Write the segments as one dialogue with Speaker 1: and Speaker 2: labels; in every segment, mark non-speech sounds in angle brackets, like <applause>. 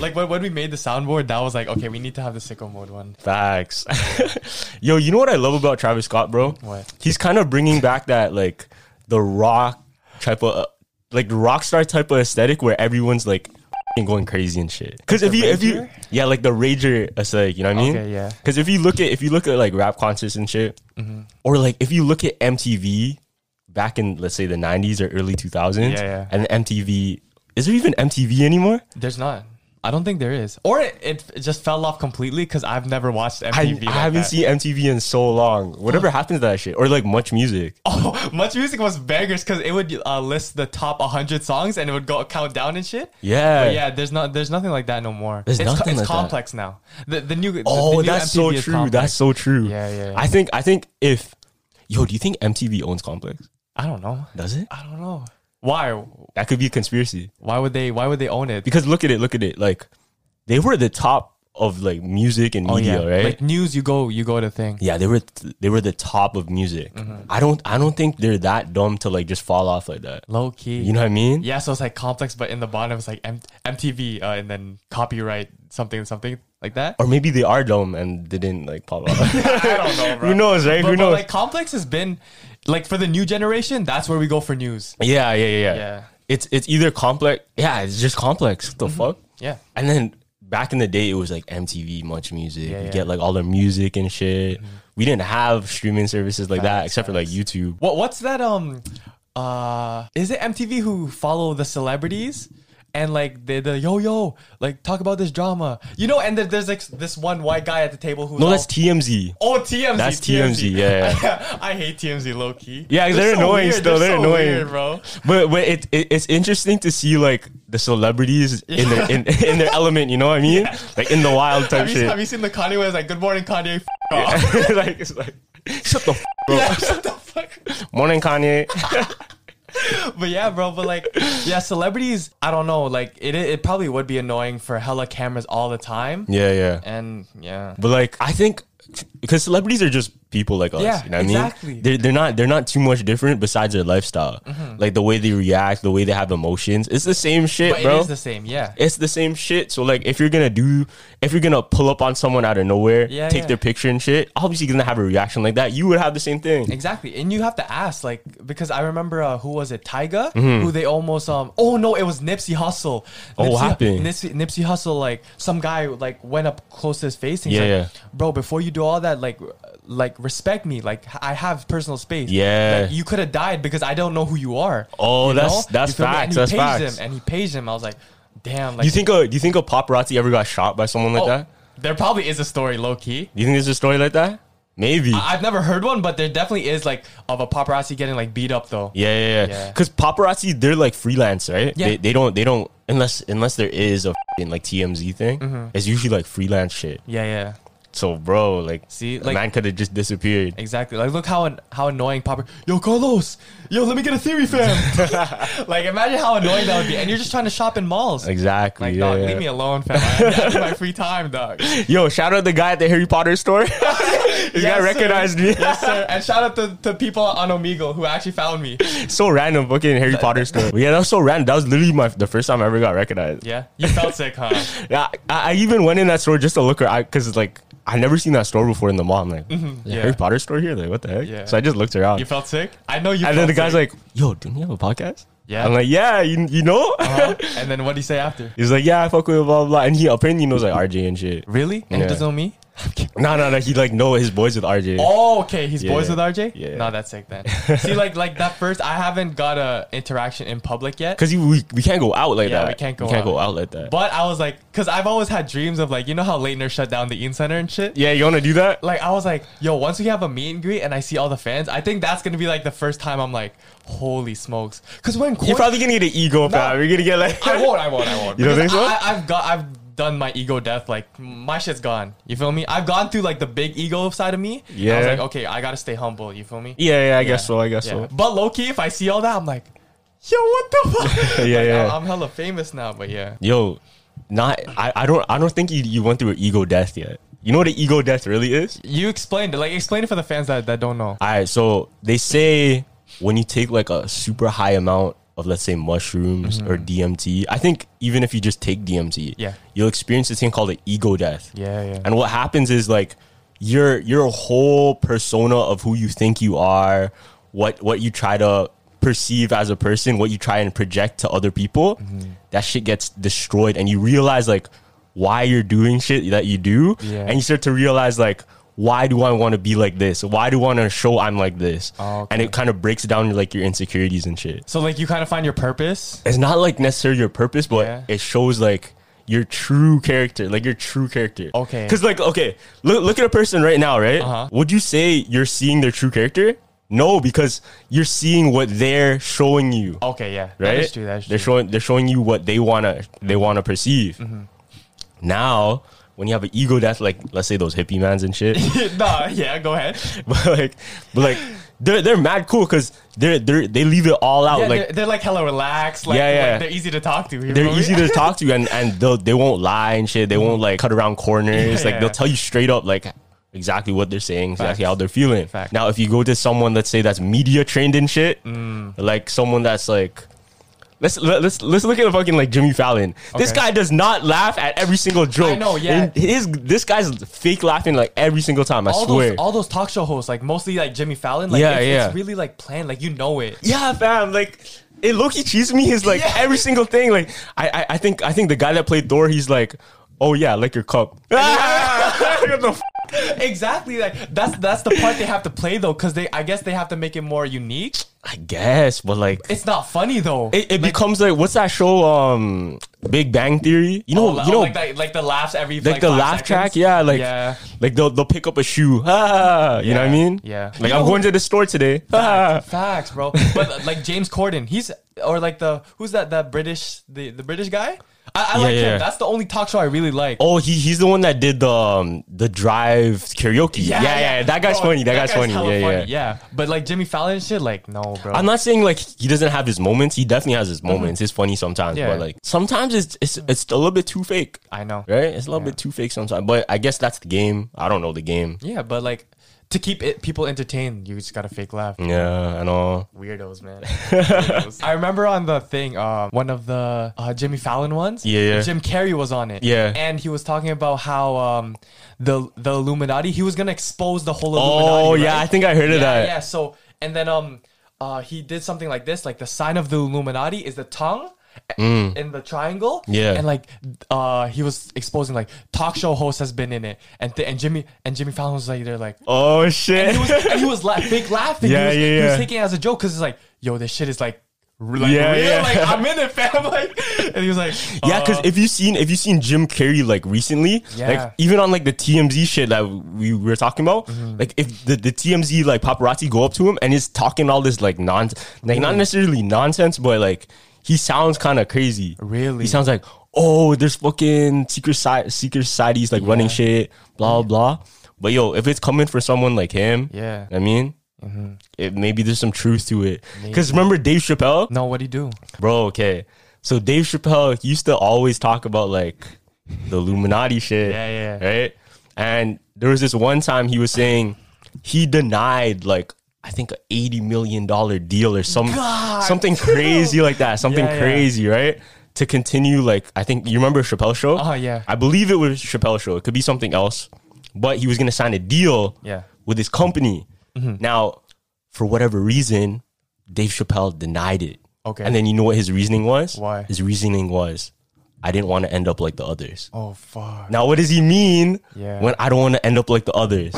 Speaker 1: Like when, when we made the soundboard, that was like, okay, we need to have the sicko mode one.
Speaker 2: Facts. <laughs> Yo, you know what I love about Travis Scott, bro?
Speaker 1: What?
Speaker 2: He's kind of bringing back that like the rock type of uh, like the rock star type of aesthetic where everyone's like f***ing going crazy and shit. Because if
Speaker 1: the
Speaker 2: you if you
Speaker 1: rager?
Speaker 2: yeah like the rager aesthetic, you know what I mean?
Speaker 1: Okay, yeah. Mm-hmm.
Speaker 2: Because if you look at if you look at like rap concerts and shit, or like if you look at MTV back in let's say the '90s or early 2000s,
Speaker 1: Yeah, yeah.
Speaker 2: and MTV is there even MTV anymore?
Speaker 1: There's not. I don't think there is. Or it, it, it just fell off completely because I've never watched MTV.
Speaker 2: I,
Speaker 1: like
Speaker 2: I haven't
Speaker 1: that.
Speaker 2: seen MTV in so long. Whatever happened to that shit, or like much music.
Speaker 1: <laughs> Oh, Much Music was beggars because it would uh, list the top 100 songs and it would go count down and shit.
Speaker 2: Yeah.
Speaker 1: But yeah, there's not there's nothing like that no more.
Speaker 2: There's
Speaker 1: it's co-
Speaker 2: nothing
Speaker 1: it's
Speaker 2: like that.
Speaker 1: complex now. The the new the- the
Speaker 2: Oh,
Speaker 1: new
Speaker 2: that's
Speaker 1: MTV
Speaker 2: so
Speaker 1: is
Speaker 2: true.
Speaker 1: complex.
Speaker 2: That's so true.
Speaker 1: Yeah, yeah, yeah.
Speaker 2: I think I think if yo, do you think MTV owns Complex?
Speaker 1: I don't know.
Speaker 2: Does it?
Speaker 1: I don't know. Why?
Speaker 2: That could be a conspiracy.
Speaker 1: Why would they why would they own it?
Speaker 2: Because look at it, look at it. Like they were the top of like music and media,
Speaker 1: Oh, yeah.
Speaker 2: right?
Speaker 1: Like news you go you go to thing.
Speaker 2: yeah, they were th- they were the top of music.
Speaker 1: Mm-hmm.
Speaker 2: I don't I don't think they're that dumb to like just fall off like that.
Speaker 1: Low key.
Speaker 2: You know what I mean?
Speaker 1: Yeah, so it's like complex, but in the bottom it's like M- MTV uh, and then copyright something something like
Speaker 2: <laughs>
Speaker 1: that.
Speaker 2: Or maybe they are dumb and they didn't like pop off.
Speaker 1: <laughs>
Speaker 2: <laughs>
Speaker 1: I don't know, bro.
Speaker 2: Who knows, right?
Speaker 1: But,
Speaker 2: Who
Speaker 1: but,
Speaker 2: knows?
Speaker 1: like complex has been like for the new generation, that's where we go for news.
Speaker 2: yeah, yeah, yeah, yeah.
Speaker 1: Yeah. Mm-hmm.
Speaker 2: It's it's either complex. Yeah, it's just complex. What the fuck?
Speaker 1: Yeah.
Speaker 2: And then back in the day, it was like MTV, Much Music.
Speaker 1: Yeah,
Speaker 2: you
Speaker 1: yeah. Mm-hmm.
Speaker 2: get like all the music and shit. We didn't have streaming services like that except for like YouTube.
Speaker 1: What what's that um uh is it MTV who follow the celebrities? And like the the yo yo like talk about this drama you know and there- there's like this one white guy at the table who
Speaker 2: No, that's TMZ.
Speaker 1: oh TMZ
Speaker 2: That's TMZ. Yeah, yeah.
Speaker 1: <laughs> I hate TMZ low key
Speaker 2: Yeah, 'cause they're annoying
Speaker 1: weird.
Speaker 2: still, they're
Speaker 1: so
Speaker 2: annoying.
Speaker 1: weird, bro
Speaker 2: but but it, it it's interesting to see like the celebrities in their in, in their element. You know what I mean? Like in the wild <laughs> type
Speaker 1: have you, have
Speaker 2: shit.
Speaker 1: you seen the Kanye where it's like good morning Kanye f- <laughs> off
Speaker 2: <laughs> like it's like shut the f- up.
Speaker 1: yeah, <laughs> shut the fuck up.
Speaker 2: morning Kanye.
Speaker 1: But yeah, bro. But like, yeah, celebrities. I don't know. Like, it it probably would be annoying for hella cameras all the time.
Speaker 2: yeah, yeah.
Speaker 1: And yeah,
Speaker 2: But like, I think because celebrities are just people like us.
Speaker 1: Yeah,
Speaker 2: you know what I
Speaker 1: exactly. Mm-hmm.
Speaker 2: mean? They're, they're not they're not too much different besides their lifestyle, like the way they react, the way they have emotions. It's the same shit,
Speaker 1: but
Speaker 2: bro.
Speaker 1: it is the same. Yeah.
Speaker 2: it's the same shit. So like, if you're gonna do, if you're gonna pull up on someone out of nowhere,
Speaker 1: Yeah,
Speaker 2: take
Speaker 1: yeah.
Speaker 2: their picture and shit, obviously you're gonna have a reaction like that. You would have the same thing.
Speaker 1: Exactly, and you have to ask, like, because I remember uh, who was it, Tyga, who they almost um. Oh no, it was Nipsey Hussle.
Speaker 2: Mm-hmm. Oh, what
Speaker 1: Nipsey-
Speaker 2: happened?
Speaker 1: Nipsey, Nipsey Hussle, like some guy, like went up close to his face. And he's
Speaker 2: Yeah,
Speaker 1: like, Bro, before you do all that, like, r- like respect me. Like I have personal space.
Speaker 2: Yeah.
Speaker 1: Like, you could have died because I don't know who you are.
Speaker 2: Oh,
Speaker 1: You
Speaker 2: that's- that's
Speaker 1: You feel me? And
Speaker 2: facts,
Speaker 1: he
Speaker 2: that's
Speaker 1: paged
Speaker 2: facts.
Speaker 1: Him, and he paged him. I was like, damn. Like
Speaker 2: Do you think a do you think a paparazzi ever got shot by someone like
Speaker 1: oh,
Speaker 2: that?
Speaker 1: There probably is a story, low key.
Speaker 2: Do you think there's a story like that? Maybe.
Speaker 1: I- I've never heard one, but there definitely is like of a paparazzi getting like beat up though.
Speaker 2: Yeah, yeah, yeah.
Speaker 1: Yeah.
Speaker 2: Because paparazzi, they're like freelance, right?
Speaker 1: Yeah.
Speaker 2: They, they don't, they don't, unless unless there is a fing like TMZ thing.
Speaker 1: Mm-hmm.
Speaker 2: It's usually like freelance shit.
Speaker 1: Yeah, yeah.
Speaker 2: So, bro, like,
Speaker 1: See,
Speaker 2: a
Speaker 1: like-
Speaker 2: man could have just disappeared.
Speaker 1: Exactly. Like, look how an, how annoying Papa. Yo, Carlos. Yo, let me get a theory, <laughs> fam. like, imagine how annoying that would be. And you're just trying to shop in malls.
Speaker 2: Exactly.
Speaker 1: Like,
Speaker 2: yeah,
Speaker 1: dog,
Speaker 2: yeah.
Speaker 1: leave me alone, fam. I I need
Speaker 2: <laughs>
Speaker 1: my free time, dog. This
Speaker 2: Yo, shout out the guy at the Harry Potter store. <laughs> this guy recognized me.
Speaker 1: yes, sir. And shout out to, to people on Omegle who actually found me.
Speaker 2: <laughs> so random, fucking Harry
Speaker 1: <laughs>
Speaker 2: Potter store. But yeah, that was so random. That was literally my the first time I ever got recognized.
Speaker 1: Yeah, you felt sick, huh?
Speaker 2: Yeah, I, I even went in that store just to look around because like I never seen that store before in the mall. I'm like, "There's a
Speaker 1: Mm-hmm. yeah.
Speaker 2: Harry Potter store here? Like, what the heck?
Speaker 1: Yeah.
Speaker 2: So I just looked around.
Speaker 1: You felt sick. I know you.
Speaker 2: and then
Speaker 1: felt
Speaker 2: the guy's
Speaker 1: sick.
Speaker 2: like, "Yo, do we have a podcast?"
Speaker 1: Yeah. Uh-huh.
Speaker 2: I'm like, "Yeah, you, you know." <laughs>
Speaker 1: Huh? And then what do you say after?
Speaker 2: He's like, "Yeah, I fuck with blah blah," blah. and he apparently knows like RJ and shit.
Speaker 1: Really? And
Speaker 2: Yeah.
Speaker 1: he doesn't know me?
Speaker 2: No, no, no. He like know his boys with RJ.
Speaker 1: Oh, okay. He's boys
Speaker 2: Yeah.
Speaker 1: with RJ.
Speaker 2: Yeah.
Speaker 1: No, that's sick then. See, like like that first, I haven't got a interaction in public yet.
Speaker 2: <laughs> Cause you, we, we can't go out like
Speaker 1: Yeah,
Speaker 2: that.
Speaker 1: we can't go out.
Speaker 2: like that.
Speaker 1: But I was like, because I've always had dreams of like, you know how Leitner shut down the Ean Center and shit.
Speaker 2: yeah, you wanna do that?
Speaker 1: Like I was like, yo, once we have a meet and greet and I see all the fans, I think that's gonna be like the first time I'm like, holy smokes. Because when
Speaker 2: You're
Speaker 1: quar-
Speaker 2: probably gonna get an ego, fam. You're gonna get
Speaker 1: <laughs>
Speaker 2: like
Speaker 1: I won't, I won't, I won't.
Speaker 2: You don't think so?
Speaker 1: Because I, I've got, I've done my ego death. Like my shit's gone. You feel me? I've gone through like the big ego side of me. I was
Speaker 2: Yeah.
Speaker 1: like, okay, I gotta stay humble. You feel me?
Speaker 2: <laughs> Yeah, yeah. I guess so. I guess
Speaker 1: Yeah.
Speaker 2: so.
Speaker 1: But low key, if I see all that, I'm like, yo, what the fuck?
Speaker 2: <laughs> Yeah,
Speaker 1: Like,
Speaker 2: yeah.
Speaker 1: I'm hella famous now, but yeah.
Speaker 2: Yo, not. I, I don't. I don't think you, you went through an ego death yet. You know what an ego death really is?
Speaker 1: You explained it. Like, explain it for the fans that, that don't know.
Speaker 2: All right, so they say when you take like a super high amount of let's say mushrooms or DMT, I think even if you just take DMT,
Speaker 1: Mm-hmm. Yeah.
Speaker 2: you'll experience this thing called an ego death.
Speaker 1: Yeah, yeah.
Speaker 2: And what happens is like your your whole persona of who you think you are, what what you try to perceive as a person, what you try and project to other people,
Speaker 1: Mm-hmm.
Speaker 2: that shit gets destroyed and you realize like why you're doing shit that you do
Speaker 1: Yeah.
Speaker 2: and you start to realize like why do I want to be like this? Why do I want to show I'm like this?
Speaker 1: Oh, okay.
Speaker 2: And it kind of breaks down like your insecurities and shit.
Speaker 1: So, like, you kind of find your purpose.
Speaker 2: It's not like necessarily your purpose, but
Speaker 1: Yeah.
Speaker 2: it shows like your true character, like your true character.
Speaker 1: Okay.
Speaker 2: Because like okay, look look at a person right now, right?
Speaker 1: Uh-huh.
Speaker 2: Would you say you're seeing their true character? No, because you're seeing what they're showing you.
Speaker 1: Okay, yeah.
Speaker 2: Right?
Speaker 1: That is true. That Mm-hmm. is true.
Speaker 2: They're showing they're showing you what they wanna they wanna perceive. Now, when you have an ego death, like let's say those hippie mans and shit, <laughs>
Speaker 1: <laughs> nah, yeah, go ahead.
Speaker 2: but like, but like, they're they're mad cool because they're they're they leave it all out.
Speaker 1: Yeah,
Speaker 2: Oh, like
Speaker 1: they're, they're like hella relaxed. Like,
Speaker 2: Yeah, yeah.
Speaker 1: like, they're easy to talk to. you
Speaker 2: they're
Speaker 1: feel me? <laughs>
Speaker 2: easy to talk to and and they'll they won't lie and shit. They won't like cut around corners.
Speaker 1: Yeah,
Speaker 2: like they'll
Speaker 1: yeah.
Speaker 2: tell you straight up like exactly what they're saying, exactly
Speaker 1: Facts.
Speaker 2: how they're feeling.
Speaker 1: Facts.
Speaker 2: Now if you go to someone let's say that's media trained in shit,
Speaker 1: Mm.
Speaker 2: like someone that's like Let's let, let's let's look at a fucking like Jimmy Fallon. This
Speaker 1: Okay.
Speaker 2: guy does not laugh at every single joke.
Speaker 1: know, yeah.
Speaker 2: And his this guy's fake laughing like every single time. I
Speaker 1: all
Speaker 2: swear.
Speaker 1: those, all those talk show hosts, like mostly like Jimmy Fallon, like
Speaker 2: Yeah,
Speaker 1: it's,
Speaker 2: yeah.
Speaker 1: it's really like planned, like you know it. <laughs>
Speaker 2: Yeah, fam. Like it Loki cheats me his like
Speaker 1: Yeah.
Speaker 2: every single thing. Like I, I I think I think the guy that played Thor, he's like, oh yeah, like your cup. <laughs> What the f-
Speaker 1: exactly, like that's that's the part they have to play though, because they I guess they have to make it more unique.
Speaker 2: I guess, but like it,
Speaker 1: It's not funny though.
Speaker 2: it becomes like what's that show? Um, Big Bang Theory. You know,
Speaker 1: Oh,
Speaker 2: you know.
Speaker 1: like, that, like the laughs every
Speaker 2: like, the
Speaker 1: five
Speaker 2: laugh track,
Speaker 1: seconds?
Speaker 2: yeah, like
Speaker 1: yeah.
Speaker 2: like they'll they'll pick up a shoe, <laughs> ah, you know what
Speaker 1: Yeah,
Speaker 2: I mean?
Speaker 1: yeah.
Speaker 2: Like
Speaker 1: You
Speaker 2: I'm
Speaker 1: know-
Speaker 2: going to the store today. Ah.
Speaker 1: Facts, facts, bro.
Speaker 2: <laughs>
Speaker 1: But uh, like James Corden, he's or like the who's that that British the the British guy. I, I
Speaker 2: Yeah,
Speaker 1: like
Speaker 2: yeah.
Speaker 1: him. That's the only talk show I really like.
Speaker 2: Oh, he he's the one that did the um, the drive karaoke. Yeah, yeah, that guy's
Speaker 1: Bro,
Speaker 2: funny. That, guy's, funny.
Speaker 1: hella
Speaker 2: yeah, yeah.
Speaker 1: yeah. But like Jimmy Fallon and shit, like no, bro.
Speaker 2: I'm not saying like he doesn't have his moments. He definitely has his moments. It's funny sometimes,
Speaker 1: Mm-hmm. Yeah.
Speaker 2: but like sometimes it's it's it's a little bit too fake,
Speaker 1: I know.
Speaker 2: right? It's a little bit too fake sometimes. But I guess that's the game. I don't know the game.
Speaker 1: Yeah, but like to keep it people entertained, you just gotta fake laugh.
Speaker 2: Mm. Yeah, I know.
Speaker 1: Weirdos,
Speaker 2: <laughs>
Speaker 1: man. Weirdos. I remember on the thing, um, one of the uh, Jimmy Fallon ones.
Speaker 2: Yeah, yeah.
Speaker 1: Jim Carrey was on it.
Speaker 2: Yeah.
Speaker 1: and he was talking about how um, the the Illuminati. He was gonna expose the whole. Illuminati,
Speaker 2: Oh yeah,
Speaker 1: right?
Speaker 2: I think I heard of
Speaker 1: yeah,
Speaker 2: that.
Speaker 1: yeah. So and then um, uh, he did something like this. Like the sign of the Illuminati is the tongue. a- In the triangle,
Speaker 2: Mm. Yeah.
Speaker 1: and like, uh, he was exposing like talk show host has been in it, and th- and Jimmy and Jimmy Fallon was like, they're like, <laughs>
Speaker 2: Oh shit. <laughs>
Speaker 1: and he was, and he was la- big laughing. he
Speaker 2: Yeah,
Speaker 1: was,
Speaker 2: yeah,
Speaker 1: He
Speaker 2: yeah.
Speaker 1: was taking it as a joke because it's like, yo, this shit is like, r- like
Speaker 2: Yeah,
Speaker 1: real.
Speaker 2: yeah.
Speaker 1: Like
Speaker 2: <laughs>
Speaker 1: I'm in it, fam. Like, and he was like,
Speaker 2: Yeah, because
Speaker 1: uh,
Speaker 2: if you seen if you seen Jim Carrey like recently,
Speaker 1: Yeah.
Speaker 2: like even on like the TMZ shit that we were talking about,
Speaker 1: Mm-hmm.
Speaker 2: like if the, the TMZ like paparazzi go up to him and he's talking all this like nonsense, like not necessarily nonsense, but like he sounds kind of crazy.
Speaker 1: Really?
Speaker 2: he sounds like oh, there's fucking secret side secret societies like running shit, blah blah. But yo, if it's coming for someone like him,
Speaker 1: Mm. Yeah. Mm-hmm.
Speaker 2: I mean. It, maybe there's some truth to it. Because remember Dave Chappelle?
Speaker 1: no, what do you do?
Speaker 2: Bro, okay. So Dave Chappelle used to always talk about like the Illuminati shit.
Speaker 1: Yeah, yeah.
Speaker 2: Right? And there was this one time he was saying he denied like I think a eighty million dollar deal or some something crazy like that. Something
Speaker 1: Yeah, yeah.
Speaker 2: crazy, right? To continue, like I think you remember Chappelle show?
Speaker 1: Oh, yeah.
Speaker 2: I believe it was Chappelle show. It could be something else. But he was gonna sign a deal
Speaker 1: Yeah. Mm-hmm.
Speaker 2: with his company. Now, for whatever reason, Dave Chappelle denied it.
Speaker 1: Okay.
Speaker 2: And then you know what his reasoning was?
Speaker 1: Why?
Speaker 2: His reasoning was I didn't want to end up like the others.
Speaker 1: Oh fuck.
Speaker 2: Now, what does he mean
Speaker 1: Yeah.
Speaker 2: when I don't want to end up like the others?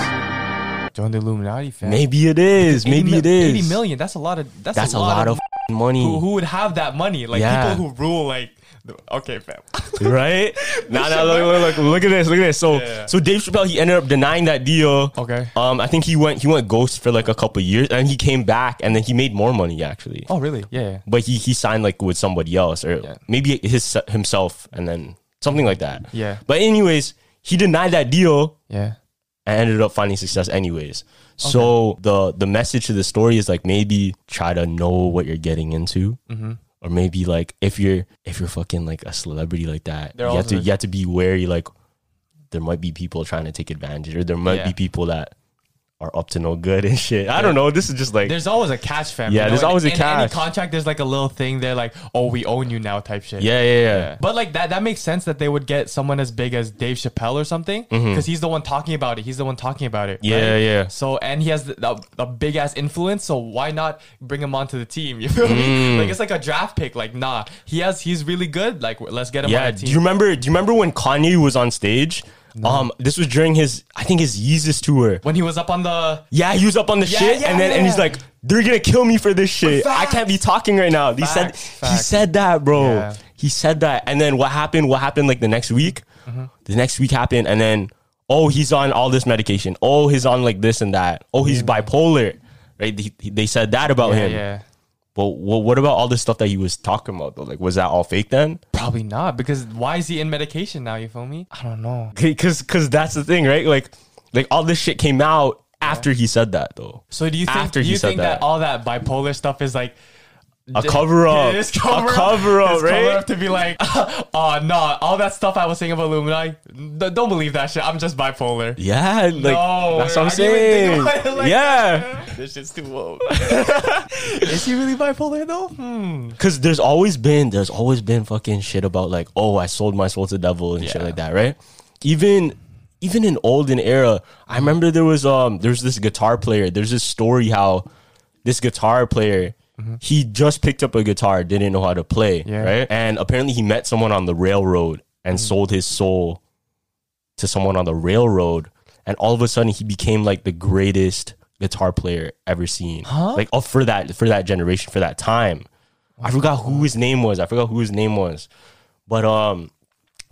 Speaker 1: Join the Illuminati fam.
Speaker 2: Maybe it is.
Speaker 1: 80
Speaker 2: Maybe
Speaker 1: mil-
Speaker 2: it is.
Speaker 1: 80 million. That's a lot of that's,
Speaker 2: That's a lot of f***ing <laughs> money.
Speaker 1: who, who would have that money? Like
Speaker 2: Mm. Yeah.
Speaker 1: people who rule like the- okay
Speaker 2: <laughs>
Speaker 1: fam.
Speaker 2: right? nah, nah, look, look, look, look at this, look at this. So, so Dave Chappelle he ended up denying that deal.
Speaker 1: Okay.
Speaker 2: Um, I think he went he went ghost for like a couple years, and he came back, and then he made more money actually.
Speaker 1: oh really? Yeah. yeah.
Speaker 2: But he he signed like with somebody else, or
Speaker 1: Yeah.
Speaker 2: maybe his himself, and then something like that.
Speaker 1: Yeah.
Speaker 2: But anyways, he denied that deal
Speaker 1: Yeah.
Speaker 2: and ended up finding success anyways. So the the message to the story is like maybe try to know what you're getting into.
Speaker 1: Mm-hmm.
Speaker 2: Or maybe like if you're if you're fucking like a celebrity like that,
Speaker 1: They're
Speaker 2: you have to
Speaker 1: also-
Speaker 2: you have to be wary like there might be people trying to take advantage or there might
Speaker 1: Yeah.
Speaker 2: be people that are up to no good and shit. I don't know. This is just like
Speaker 1: There's always a catch fam.
Speaker 2: Yeah, there's
Speaker 1: in-
Speaker 2: always a
Speaker 1: in Any
Speaker 2: catch.
Speaker 1: contract there's like a little thing there like oh we own you now type shit.
Speaker 2: yeah, yeah, yeah.
Speaker 1: But like that, that makes sense that they would get someone as big as Dave Chappelle or something, because he's the one talking about it. He's the one talking about it.
Speaker 2: Mm-hmm. Yeah,
Speaker 1: right?
Speaker 2: yeah.
Speaker 1: So and he has the, the, the big ass influence. So why not bring him onto the team? <laughs> You feel
Speaker 2: Mm.
Speaker 1: me? Like it's like a draft pick. Like nah, he has he's really good. Like w- let's get him
Speaker 2: Yeah,
Speaker 1: on the
Speaker 2: do
Speaker 1: team.
Speaker 2: you remember? Do you remember when Kanye was on stage? Um, this was during his, I think his Yeezus tour.
Speaker 1: when he was up on the
Speaker 2: Yeah, he was up on the
Speaker 1: Yeah,
Speaker 2: shit,
Speaker 1: yeah,
Speaker 2: and then and he's
Speaker 1: yeah.
Speaker 2: like, "They're gonna kill me for this shit. I can't be talking right now." He said,
Speaker 1: Facts,
Speaker 2: he
Speaker 1: facts.
Speaker 2: said that, bro.
Speaker 1: Yeah.
Speaker 2: He said that, and then what happened? What happened? Like the next week, the next week happened, and then oh, he's on all this medication. Oh, he's on like this and that. Oh, he's bipolar, right? They, they said that about
Speaker 1: yeah,
Speaker 2: Oh, him.
Speaker 1: yeah.
Speaker 2: But wha- what about all this stuff that he was talking about though? Like, was that all fake then?
Speaker 1: Probably not because why is he in medication now? You feel me? I don't know.
Speaker 2: Because because that's the thing, right? Like like all this shit came out after he said that though.
Speaker 1: So do you think
Speaker 2: After
Speaker 1: do
Speaker 2: he
Speaker 1: you
Speaker 2: said
Speaker 1: think that.
Speaker 2: that.
Speaker 1: all that bipolar stuff is like
Speaker 2: A cover
Speaker 1: <laughs>
Speaker 2: up,
Speaker 1: It
Speaker 2: a
Speaker 1: is cover up.
Speaker 2: cover up,
Speaker 1: It's
Speaker 2: right?
Speaker 1: cover up to be like, <laughs> oh no, all that stuff I was saying about Illuminati, d- don't believe that shit. I'm just bipolar.
Speaker 2: Yeah, like
Speaker 1: No,
Speaker 2: that's what I'm
Speaker 1: I didn't even
Speaker 2: saying.
Speaker 1: think about it like
Speaker 2: yeah,
Speaker 1: This shit's too old. <laughs> Is he really bipolar though? Hmm.
Speaker 2: because there's always been there's always been fucking shit about like oh I sold my soul to devil and shit
Speaker 1: Yeah.
Speaker 2: like that, right? Even even in olden era, I remember there was um there's this guitar player. There's this story how this guitar player. He just picked up a guitar, didn't know how to play,
Speaker 1: Mm-hmm. Yeah. Mm.
Speaker 2: right? And apparently, he met someone on the railroad and sold his soul to someone on the railroad, and all of a sudden he became like the greatest guitar player ever seen. Like oh, for that for that generation, for that time. I forgot who his name was. I forgot who his name was. But um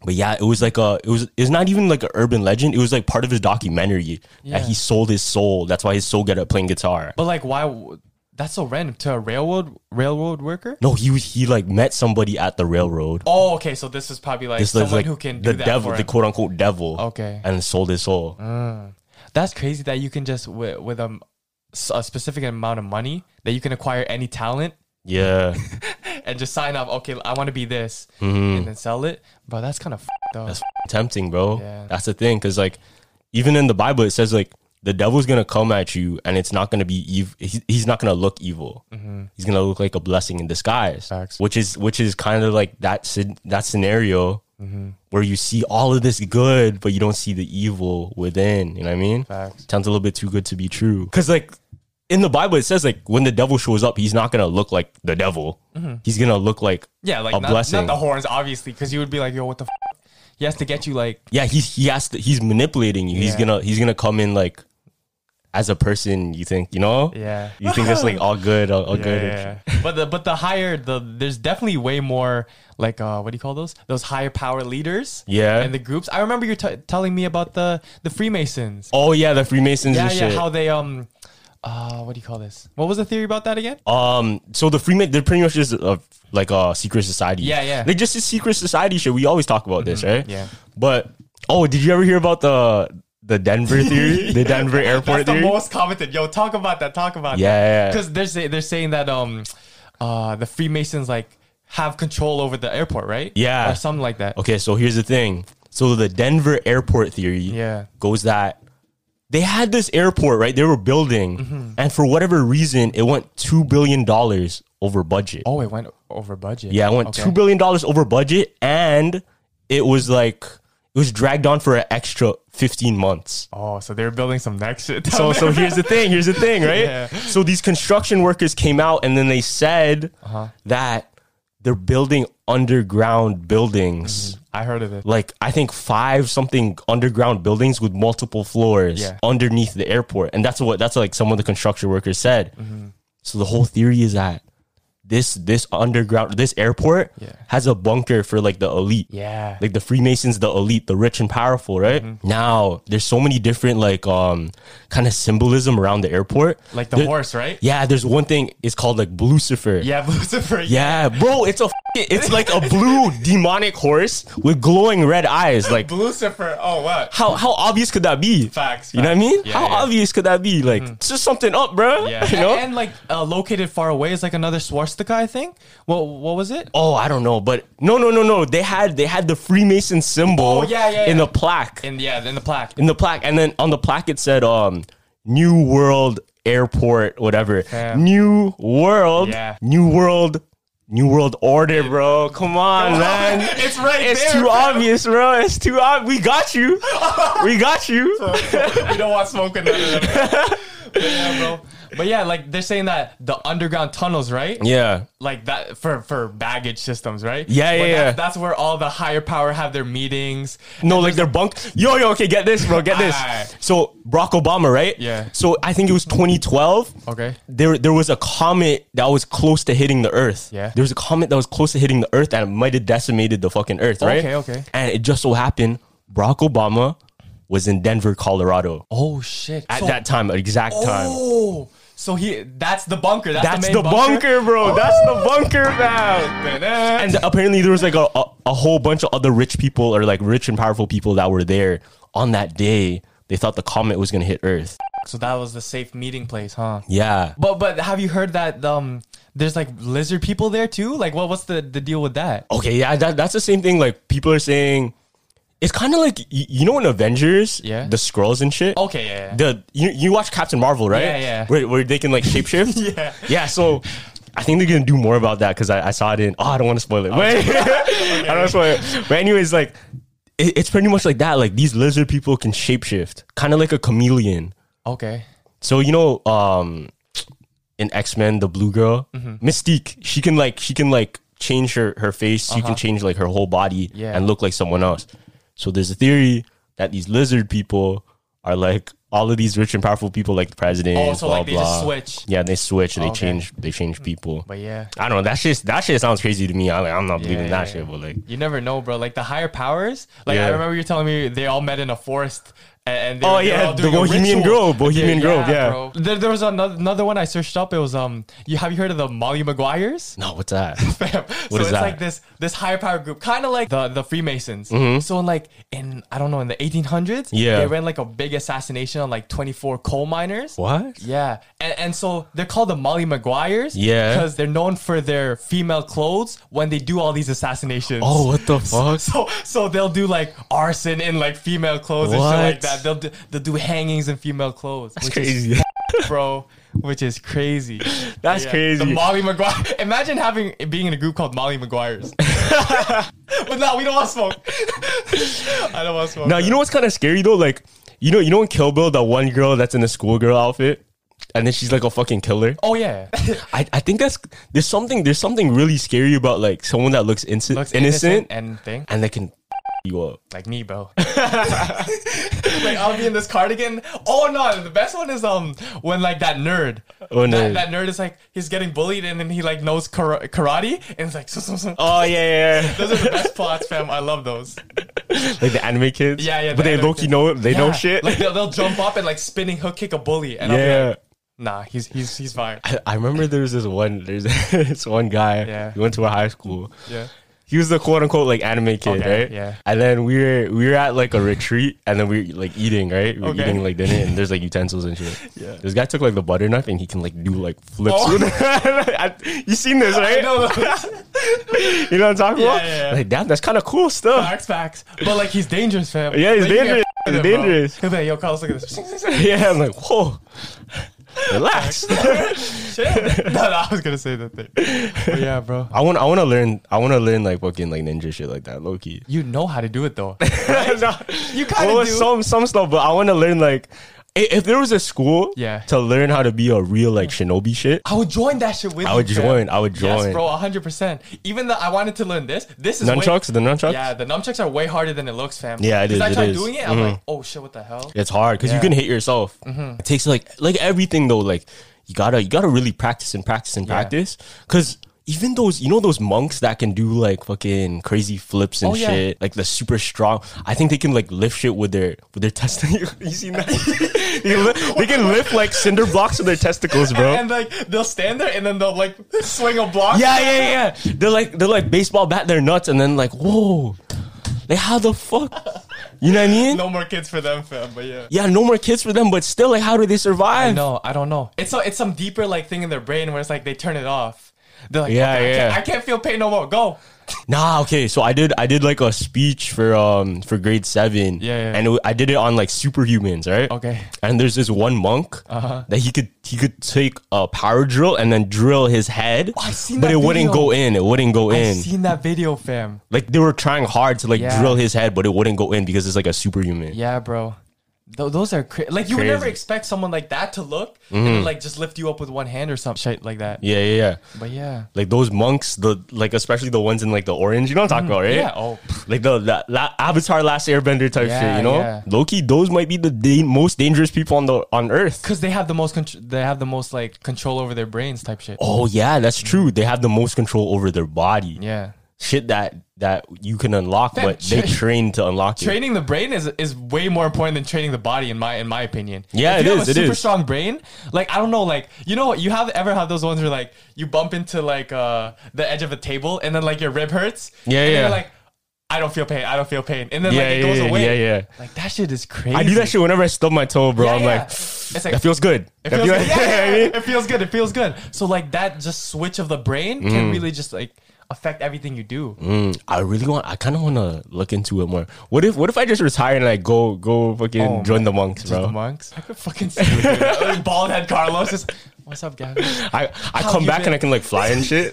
Speaker 2: but yeah, it was like a it was it's not even like an urban legend. It was like part of his documentary that he sold his soul. That's why his soul got up playing guitar.
Speaker 1: But like, why? w- That's so random to a railroad railroad worker.
Speaker 2: no, he was he like met somebody at the railroad.
Speaker 1: Oh, okay. So this is probably like
Speaker 2: This was
Speaker 1: someone
Speaker 2: like
Speaker 1: who can do
Speaker 2: the
Speaker 1: that
Speaker 2: devil,
Speaker 1: for
Speaker 2: the
Speaker 1: him.
Speaker 2: quote unquote devil.
Speaker 1: Okay. Uh.
Speaker 2: And sold his soul.
Speaker 1: That's crazy that you can just with, with a, m- s- a specific amount of money that you can acquire any talent
Speaker 2: Yeah.
Speaker 1: and just sign up. Okay, I want to be this, and then sell it. But that's kind of though.
Speaker 2: Mm-hmm. That's f***ing tempting, bro.
Speaker 1: Yeah.
Speaker 2: That's the thing, because like, even in the Bible, it says like the devil's gonna come at you, and it's not gonna be evil. He's not gonna look evil. He's gonna look like a blessing in disguise,
Speaker 1: Mm-hmm. Facts.
Speaker 2: which is which is kind of like that sce- that scenario
Speaker 1: Mm-hmm.
Speaker 2: where you see all of this good, but you don't see the evil within. You know what I mean?
Speaker 1: Facts.
Speaker 2: Sounds a little bit too good to be true. Because like in the Bible, it says like when the devil shows up, he's not gonna look like the devil.
Speaker 1: Mm-hmm.
Speaker 2: He's gonna look like
Speaker 1: Yeah, like
Speaker 2: a
Speaker 1: not,
Speaker 2: blessing.
Speaker 1: not the horns, obviously, because you would be like, yo, what the? F-? He has to get you like
Speaker 2: yeah, he's he has to, he's manipulating you. He's
Speaker 1: Yeah.
Speaker 2: gonna he's gonna come in like as a person. You think you know?
Speaker 1: Yeah.
Speaker 2: You think that's like all good, all,
Speaker 1: <laughs>
Speaker 2: all good.
Speaker 1: but the but the higher the there's definitely way more like uh what do you call those those higher power leaders
Speaker 2: Yeah.
Speaker 1: and the groups I remember you t- telling me about the the Freemasons
Speaker 2: Oh yeah, the Freemasons
Speaker 1: yeah
Speaker 2: and
Speaker 1: yeah
Speaker 2: shit.
Speaker 1: how they um uh what do you call this what was the theory about that again
Speaker 2: um, so the Freemasons they're pretty much just a, like a secret society.
Speaker 1: Yeah, yeah. Mm-hmm.
Speaker 2: They just a secret society shit. We always talk about this, right?
Speaker 1: yeah.
Speaker 2: But oh, did you ever hear about the
Speaker 1: <laughs>
Speaker 2: the Denver theory, the Denver airport
Speaker 1: that's the
Speaker 2: theory?
Speaker 1: most commented yo talk about that talk about
Speaker 2: Yeah, yeah, yeah.
Speaker 1: because they're say, they're saying that um uh the Freemasons like have control over the airport right
Speaker 2: Yeah.
Speaker 1: or something like that
Speaker 2: Okay, so here's the thing. So the Denver airport theory
Speaker 1: Yeah.
Speaker 2: goes that they had this airport, right? They were building,
Speaker 1: Mm-hmm.
Speaker 2: and for whatever reason, it went two billion dollars over budget.
Speaker 1: oh it went over budget
Speaker 2: Yeah, it went
Speaker 1: Okay.
Speaker 2: two billion dollars over budget, and it was like it was dragged on for an extra fifteen months.
Speaker 1: Oh, so they're building some next shit. down
Speaker 2: So,
Speaker 1: there.
Speaker 2: so here's the thing. Here's the thing, right?
Speaker 1: Oh. <laughs> Yeah. Uh-huh.
Speaker 2: So these construction workers came out and then they said that they're building underground buildings.
Speaker 1: <laughs> I heard of it.
Speaker 2: Like I think five something underground buildings with multiple floors
Speaker 1: Yeah.
Speaker 2: underneath the airport, and that's what that's like some of the construction workers said.
Speaker 1: Mm-hmm.
Speaker 2: So the whole theory is that this this underground this airport
Speaker 1: Yeah.
Speaker 2: has a bunker for like the elite,
Speaker 1: Yeah. Mm-hmm.
Speaker 2: like the Freemasons, the elite, the rich and powerful, right? Now there's so many different like um kind of symbolism around the airport,
Speaker 1: Like the
Speaker 2: There-
Speaker 1: horse, right?
Speaker 2: Yeah, there's one thing it's called like Blucifer.
Speaker 1: Yeah, <laughs> Lucifer.
Speaker 2: Yeah, bro, it's a f***ing- it's like a
Speaker 1: <laughs>
Speaker 2: blue demonic horse with glowing red eyes. Like
Speaker 1: Lucifer. Oh,
Speaker 2: <laughs>
Speaker 1: what?
Speaker 2: how how obvious could that be?
Speaker 1: Facts,
Speaker 2: You know what I
Speaker 1: facts.
Speaker 2: mean?
Speaker 1: Yeah,
Speaker 2: how
Speaker 1: yeah. Hmm.
Speaker 2: obvious could that be? Like it's just something up, bro.
Speaker 1: Yeah.
Speaker 2: You know?
Speaker 1: And like uh, located far away is like another swastika, I think. Well, what was it?
Speaker 2: oh, I don't know, but no, no, no, no. They had they had the Freemason symbol
Speaker 1: Oh, yeah, yeah,
Speaker 2: in
Speaker 1: yeah.
Speaker 2: the plaque.
Speaker 1: In yeah, in the plaque.
Speaker 2: in the plaque, and then on the plaque it said um New World Airport, whatever.
Speaker 1: Yeah.
Speaker 2: New World,
Speaker 1: Yeah.
Speaker 2: New World, New World Order, bro. Come on, man.
Speaker 1: <laughs> It's right
Speaker 2: It's
Speaker 1: there,
Speaker 2: too
Speaker 1: bro.
Speaker 2: obvious, bro. It's too obvious. We got you. we got you.
Speaker 1: <laughs> we don't want smoking. but yeah, bro. But yeah, like they're saying that the underground tunnels, right?
Speaker 2: Yeah.
Speaker 1: Like that for for baggage systems, right?
Speaker 2: Yeah, yeah,
Speaker 1: But
Speaker 2: yeah.
Speaker 1: That, that's where all the higher power have their meetings.
Speaker 2: No, like they're bunked. Yo, yo, okay, get this, bro, get this.
Speaker 1: Alright.
Speaker 2: So Barack Obama, right?
Speaker 1: Yeah.
Speaker 2: So I think it was 2012.
Speaker 1: Okay.
Speaker 2: There, there was a comet that was close to hitting the Earth.
Speaker 1: Yeah.
Speaker 2: There was a comet that was close to hitting the Earth and it might have decimated the fucking Earth, right?
Speaker 1: Okay, okay.
Speaker 2: And it just so happened Barack Obama was in Denver, Colorado
Speaker 1: Oh shit!
Speaker 2: at
Speaker 1: So-
Speaker 2: that time, at exact time.
Speaker 1: Oh, so he that's the bunker. Oh, That's,
Speaker 2: That's
Speaker 1: the,
Speaker 2: the,
Speaker 1: main
Speaker 2: bunker, bro. That's the bunker, man.
Speaker 1: <laughs>
Speaker 2: And apparently there was like a, a, a whole bunch of other rich people or like rich and powerful people that were there on that day. They thought the comet was gonna hit Earth.
Speaker 1: So that was the safe meeting place, huh?
Speaker 2: Yeah.
Speaker 1: But but have you heard that um there's like lizard people there too? Like what what's the the deal with that?
Speaker 2: Okay, yeah, that, that's the same thing. Like people are saying it's kinda like y- you know in Avengers,
Speaker 1: Yeah.
Speaker 2: the scrolls and shit.
Speaker 1: Okay, yeah, yeah.
Speaker 2: The you, you watch Captain Marvel, right?
Speaker 1: Yeah, yeah.
Speaker 2: Where, where they can like shapeshift?
Speaker 1: <laughs> Yeah.
Speaker 2: Yeah, so I think they're gonna do more about that because I, I saw it in. Oh, I don't want to spoil it. Wait, <laughs> I don't want to spoil it. But anyways, like it, it's pretty much like that. Like these lizard people can shapeshift, kind of like a chameleon.
Speaker 1: Okay.
Speaker 2: So you know, um, in X Men, the blue girl,
Speaker 1: Mm-hmm.
Speaker 2: Mystique, she can like she can like change her her face. She can change like her whole body
Speaker 1: Uh-huh. Yeah.
Speaker 2: and look like someone else. So there's a theory that these lizard people are like all of these rich and powerful people, like the president.
Speaker 1: Oh, so,
Speaker 2: blah,
Speaker 1: like, they
Speaker 2: blah.
Speaker 1: just switch.
Speaker 2: Yeah, they switch. They
Speaker 1: Okay. Mm.
Speaker 2: change. They change people.
Speaker 1: But yeah.
Speaker 2: I don't know. That shit. That shit sounds crazy to me. I, like, I'm not believing
Speaker 1: yeah,
Speaker 2: that
Speaker 1: yeah.
Speaker 2: shit. But like,
Speaker 1: You never know, bro. Like the higher powers. Like
Speaker 2: Yeah.
Speaker 1: I remember you telling me they all met in a forest. And and they,
Speaker 2: Oh,
Speaker 1: they were
Speaker 2: yeah,
Speaker 1: all
Speaker 2: the
Speaker 1: doing a
Speaker 2: Bohemian
Speaker 1: ritual.
Speaker 2: Grove, Bohemian Grove, yeah.
Speaker 1: bro. There, there was another, another one I searched up. It was um, you have you heard of the Molly Maguires? <laughs>
Speaker 2: no, what's that?
Speaker 1: Fam. so
Speaker 2: is
Speaker 1: it's
Speaker 2: that?
Speaker 1: like this this higher power group, kind of like the the Freemasons. So in like in I don't know in the 1800s,
Speaker 2: Mm-hmm. Yeah.
Speaker 1: they ran like a big assassination on like 24 coal miners.
Speaker 2: what?
Speaker 1: Yeah, and, and so they're called the Molly Maguires.
Speaker 2: Yeah.
Speaker 1: because they're known for their female clothes when they do all these assassinations.
Speaker 2: Oh, what the fuck?
Speaker 1: So so they'll do like arson in like female clothes and shit like
Speaker 2: What?
Speaker 1: that. They'll do, they'll do hangings in female clothes.
Speaker 2: That's
Speaker 1: which is-
Speaker 2: crazy.
Speaker 1: bro. Which is crazy.
Speaker 2: <laughs> That's crazy.
Speaker 1: The Molly Maguire. Imagine having being in a group called Molly
Speaker 2: <laughs>
Speaker 1: Maguires. but no, we don't want smoke. <laughs> I don't want smoke.
Speaker 2: Now you know what's kind of scary though, like you know you know in Kill Bill that one girl that's in a schoolgirl outfit, and then she's like a fucking killer.
Speaker 1: Oh
Speaker 2: <laughs>
Speaker 1: yeah.
Speaker 2: I, I think that's there's something there's something really scary about like someone that looks, inci-
Speaker 1: Looks
Speaker 2: innocent, and,
Speaker 1: and thing.
Speaker 2: they can you up.
Speaker 1: like me,
Speaker 2: <laughs>
Speaker 1: bro. like I'll be in this cardigan. Oh no, the best one is um when like that nerd.
Speaker 2: Oh,
Speaker 1: That,
Speaker 2: nerd.
Speaker 1: that nerd is like he's getting bullied and then he like knows kara- karate and it's like <laughs> so, so, so.
Speaker 2: Oh yeah, yeah,
Speaker 1: those are the best plots, fam. I love those.
Speaker 2: yeah. <laughs> like the anime kids.
Speaker 1: Yeah, yeah.
Speaker 2: But they
Speaker 1: the-
Speaker 2: low key know they know
Speaker 1: Yeah,
Speaker 2: shit.
Speaker 1: Like they'll, they'll jump up and like spinning hook kick a bully and I'll be
Speaker 2: yeah.
Speaker 1: like, nah, he's he's he's fine.
Speaker 2: I, I remember there was this one there's <laughs> this one guy.
Speaker 1: Yeah.
Speaker 2: He went to our high school.
Speaker 1: Yeah.
Speaker 2: He was the quote unquote like anime kid,
Speaker 1: Okay,
Speaker 2: right?
Speaker 1: yeah.
Speaker 2: And then we were we were at like a retreat, and then we were like eating, right? We were
Speaker 1: Okay.
Speaker 2: eating like dinner, and there's like utensils
Speaker 1: <laughs>
Speaker 2: and shit. Yeah. This guy took like the butter knife, and he can like do like flips.
Speaker 1: Oh.
Speaker 2: with it. <laughs> I- you
Speaker 1: <laughs>
Speaker 2: seen this, <laughs> right?
Speaker 1: No, no,
Speaker 2: <laughs> You know what I'm talking
Speaker 1: Yeah,
Speaker 2: about?
Speaker 1: yeah, yeah.
Speaker 2: Like damn, that's kind of cool stuff.
Speaker 1: facts, facts. But like he's dangerous, fam.
Speaker 2: Yeah, he's
Speaker 1: Like, you can't f-
Speaker 2: dangerous.
Speaker 1: with
Speaker 2: He's
Speaker 1: him, bro.
Speaker 2: dangerous.
Speaker 1: He'll be like, yo, Carlos, look at this. <laughs>
Speaker 2: <laughs> yeah, I'm like whoa. Relax.
Speaker 1: Shit. <laughs> no, no, I was gonna say that thing. But yeah,
Speaker 2: <laughs>
Speaker 1: bro.
Speaker 2: <laughs> I want I want to learn I want to learn like fucking like ninja shit like that, low key.
Speaker 1: You know how to do it though.
Speaker 2: <laughs> No.
Speaker 1: You kinda
Speaker 2: Well,
Speaker 1: do.
Speaker 2: some some stuff, but I want to learn like I- If there was a school
Speaker 1: Yeah. Ah,
Speaker 2: to learn how to be a real like shinobi shit,
Speaker 1: I would join that shit with
Speaker 2: I
Speaker 1: you,
Speaker 2: would
Speaker 1: fam.
Speaker 2: join, I would join.
Speaker 1: Yes, bro, 100%. Even though I wanted to learn this, this is way-
Speaker 2: nunchucks, the nunchucks,
Speaker 1: Yeah, the nunchucks are way harder than it looks, fam.
Speaker 2: Yeah, it
Speaker 1: Because
Speaker 2: is,
Speaker 1: I
Speaker 2: it
Speaker 1: tried
Speaker 2: is. Mm-hmm.
Speaker 1: doing it, I'm like, oh shit, what the hell?
Speaker 2: it's hard because
Speaker 1: Yeah. Mm-hmm.
Speaker 2: you can hit yourself. It takes like like everything though. Like you gotta you gotta really practice and practice and practice because. Even those, you know, those monks that can do like fucking crazy flips and
Speaker 1: Oh, yeah.
Speaker 2: shit, like the super strong. I think they can like lift shit with their with their <laughs> testicles. you seen that? <laughs> they, can li- they can lift like cinder blocks with their testicles, bro.
Speaker 1: <laughs> And like they'll stand there and then they'll like <laughs> swing a block.
Speaker 2: Yeah, yeah, yeah. They're like they're like baseball bat their nuts and then like whoa, like how the fuck? You know what I mean?
Speaker 1: No more kids for them, fam. But yeah.
Speaker 2: Yeah, no more kids for them, but still like how do they survive?
Speaker 1: No, I don't know. It's a, it's some deeper like thing in their brain where it's like they turn it off. They're like,
Speaker 2: Yeah,
Speaker 1: yeah, I,
Speaker 2: yeah.
Speaker 1: can't, I can't feel pain no more. Go.
Speaker 2: Nah, okay. So I did I did like a speech for um for grade seven.
Speaker 1: Yeah, yeah.
Speaker 2: And it, wa- I did it on like superhumans, right?
Speaker 1: Okay. Uh-huh.
Speaker 2: And there's this one monk that he could he could take a power drill and then drill his head,
Speaker 1: I've Oh, seen
Speaker 2: but
Speaker 1: that
Speaker 2: it wouldn't
Speaker 1: video.
Speaker 2: go in. It wouldn't go in.
Speaker 1: I've seen that video, fam.
Speaker 2: like they were trying hard to like
Speaker 1: Yeah.
Speaker 2: drill his head, but it wouldn't go in because it's like a superhuman.
Speaker 1: Yeah, bro. Th- those are cra- like you would never
Speaker 2: Crazy. Mm-hmm.
Speaker 1: expect someone like that to look and then, like just lift you up with one hand or some shit like that.
Speaker 2: Yeah, yeah, yeah.
Speaker 1: But yeah.
Speaker 2: like those monks, the like especially the ones in like the orange. You know what I'm talking about, right?
Speaker 1: yeah. Oh.
Speaker 2: like the, the la- Avatar Last Airbender type
Speaker 1: Yeah,
Speaker 2: shit. You know,
Speaker 1: yeah.
Speaker 2: Loki. Those might be the da- most dangerous people on the on Earth.
Speaker 1: Cause they have the most contr they have the most like control over their brains type shit.
Speaker 2: Oh yeah, that's true. They have the most control over their body.
Speaker 1: Mm-hmm. Yeah.
Speaker 2: Shit that that you can unlock,
Speaker 1: Fam, <laughs>
Speaker 2: but they
Speaker 1: tra-
Speaker 2: train to unlock it.
Speaker 1: Training the brain is is way more important than training the body in my in my opinion.
Speaker 2: Yeah,
Speaker 1: if
Speaker 2: it
Speaker 1: you
Speaker 2: is,
Speaker 1: Have a
Speaker 2: it
Speaker 1: super
Speaker 2: is.
Speaker 1: strong brain. Like I don't know, like you know, you have ever have those ones where like you bump into like uh the edge of a table and then like your rib hurts.
Speaker 2: Yeah,
Speaker 1: and then
Speaker 2: yeah.
Speaker 1: You're like I don't feel pain. I don't feel pain, and then
Speaker 2: Yeah,
Speaker 1: like it
Speaker 2: yeah,
Speaker 1: goes
Speaker 2: yeah,
Speaker 1: away.
Speaker 2: yeah, yeah.
Speaker 1: Like that shit is crazy.
Speaker 2: I do that shit whenever I stub my toe, bro.
Speaker 1: Yeah,
Speaker 2: I'm
Speaker 1: yeah.
Speaker 2: like,
Speaker 1: It's like-
Speaker 2: that feels good.
Speaker 1: It
Speaker 2: That
Speaker 1: feels,
Speaker 2: feel- <laughs>
Speaker 1: good. Yeah, yeah,
Speaker 2: I
Speaker 1: yeah.
Speaker 2: mean?
Speaker 1: it feels good. It feels good. So like that just switch of the brain
Speaker 2: Mm-hmm.
Speaker 1: can really just like affect everything you do.
Speaker 2: I really want. I kind of want to look into it more. What if? What if I just retire and like go go fucking
Speaker 1: Oh,
Speaker 2: join the monks,
Speaker 1: Just
Speaker 2: bro?
Speaker 1: the monks. I could fucking see you, dude. <laughs> Like, bald head Carlos is what's up, Gavin?
Speaker 2: I, I
Speaker 1: How
Speaker 2: come
Speaker 1: you
Speaker 2: back
Speaker 1: been?
Speaker 2: and I can like fly and
Speaker 1: <laughs>
Speaker 2: shit.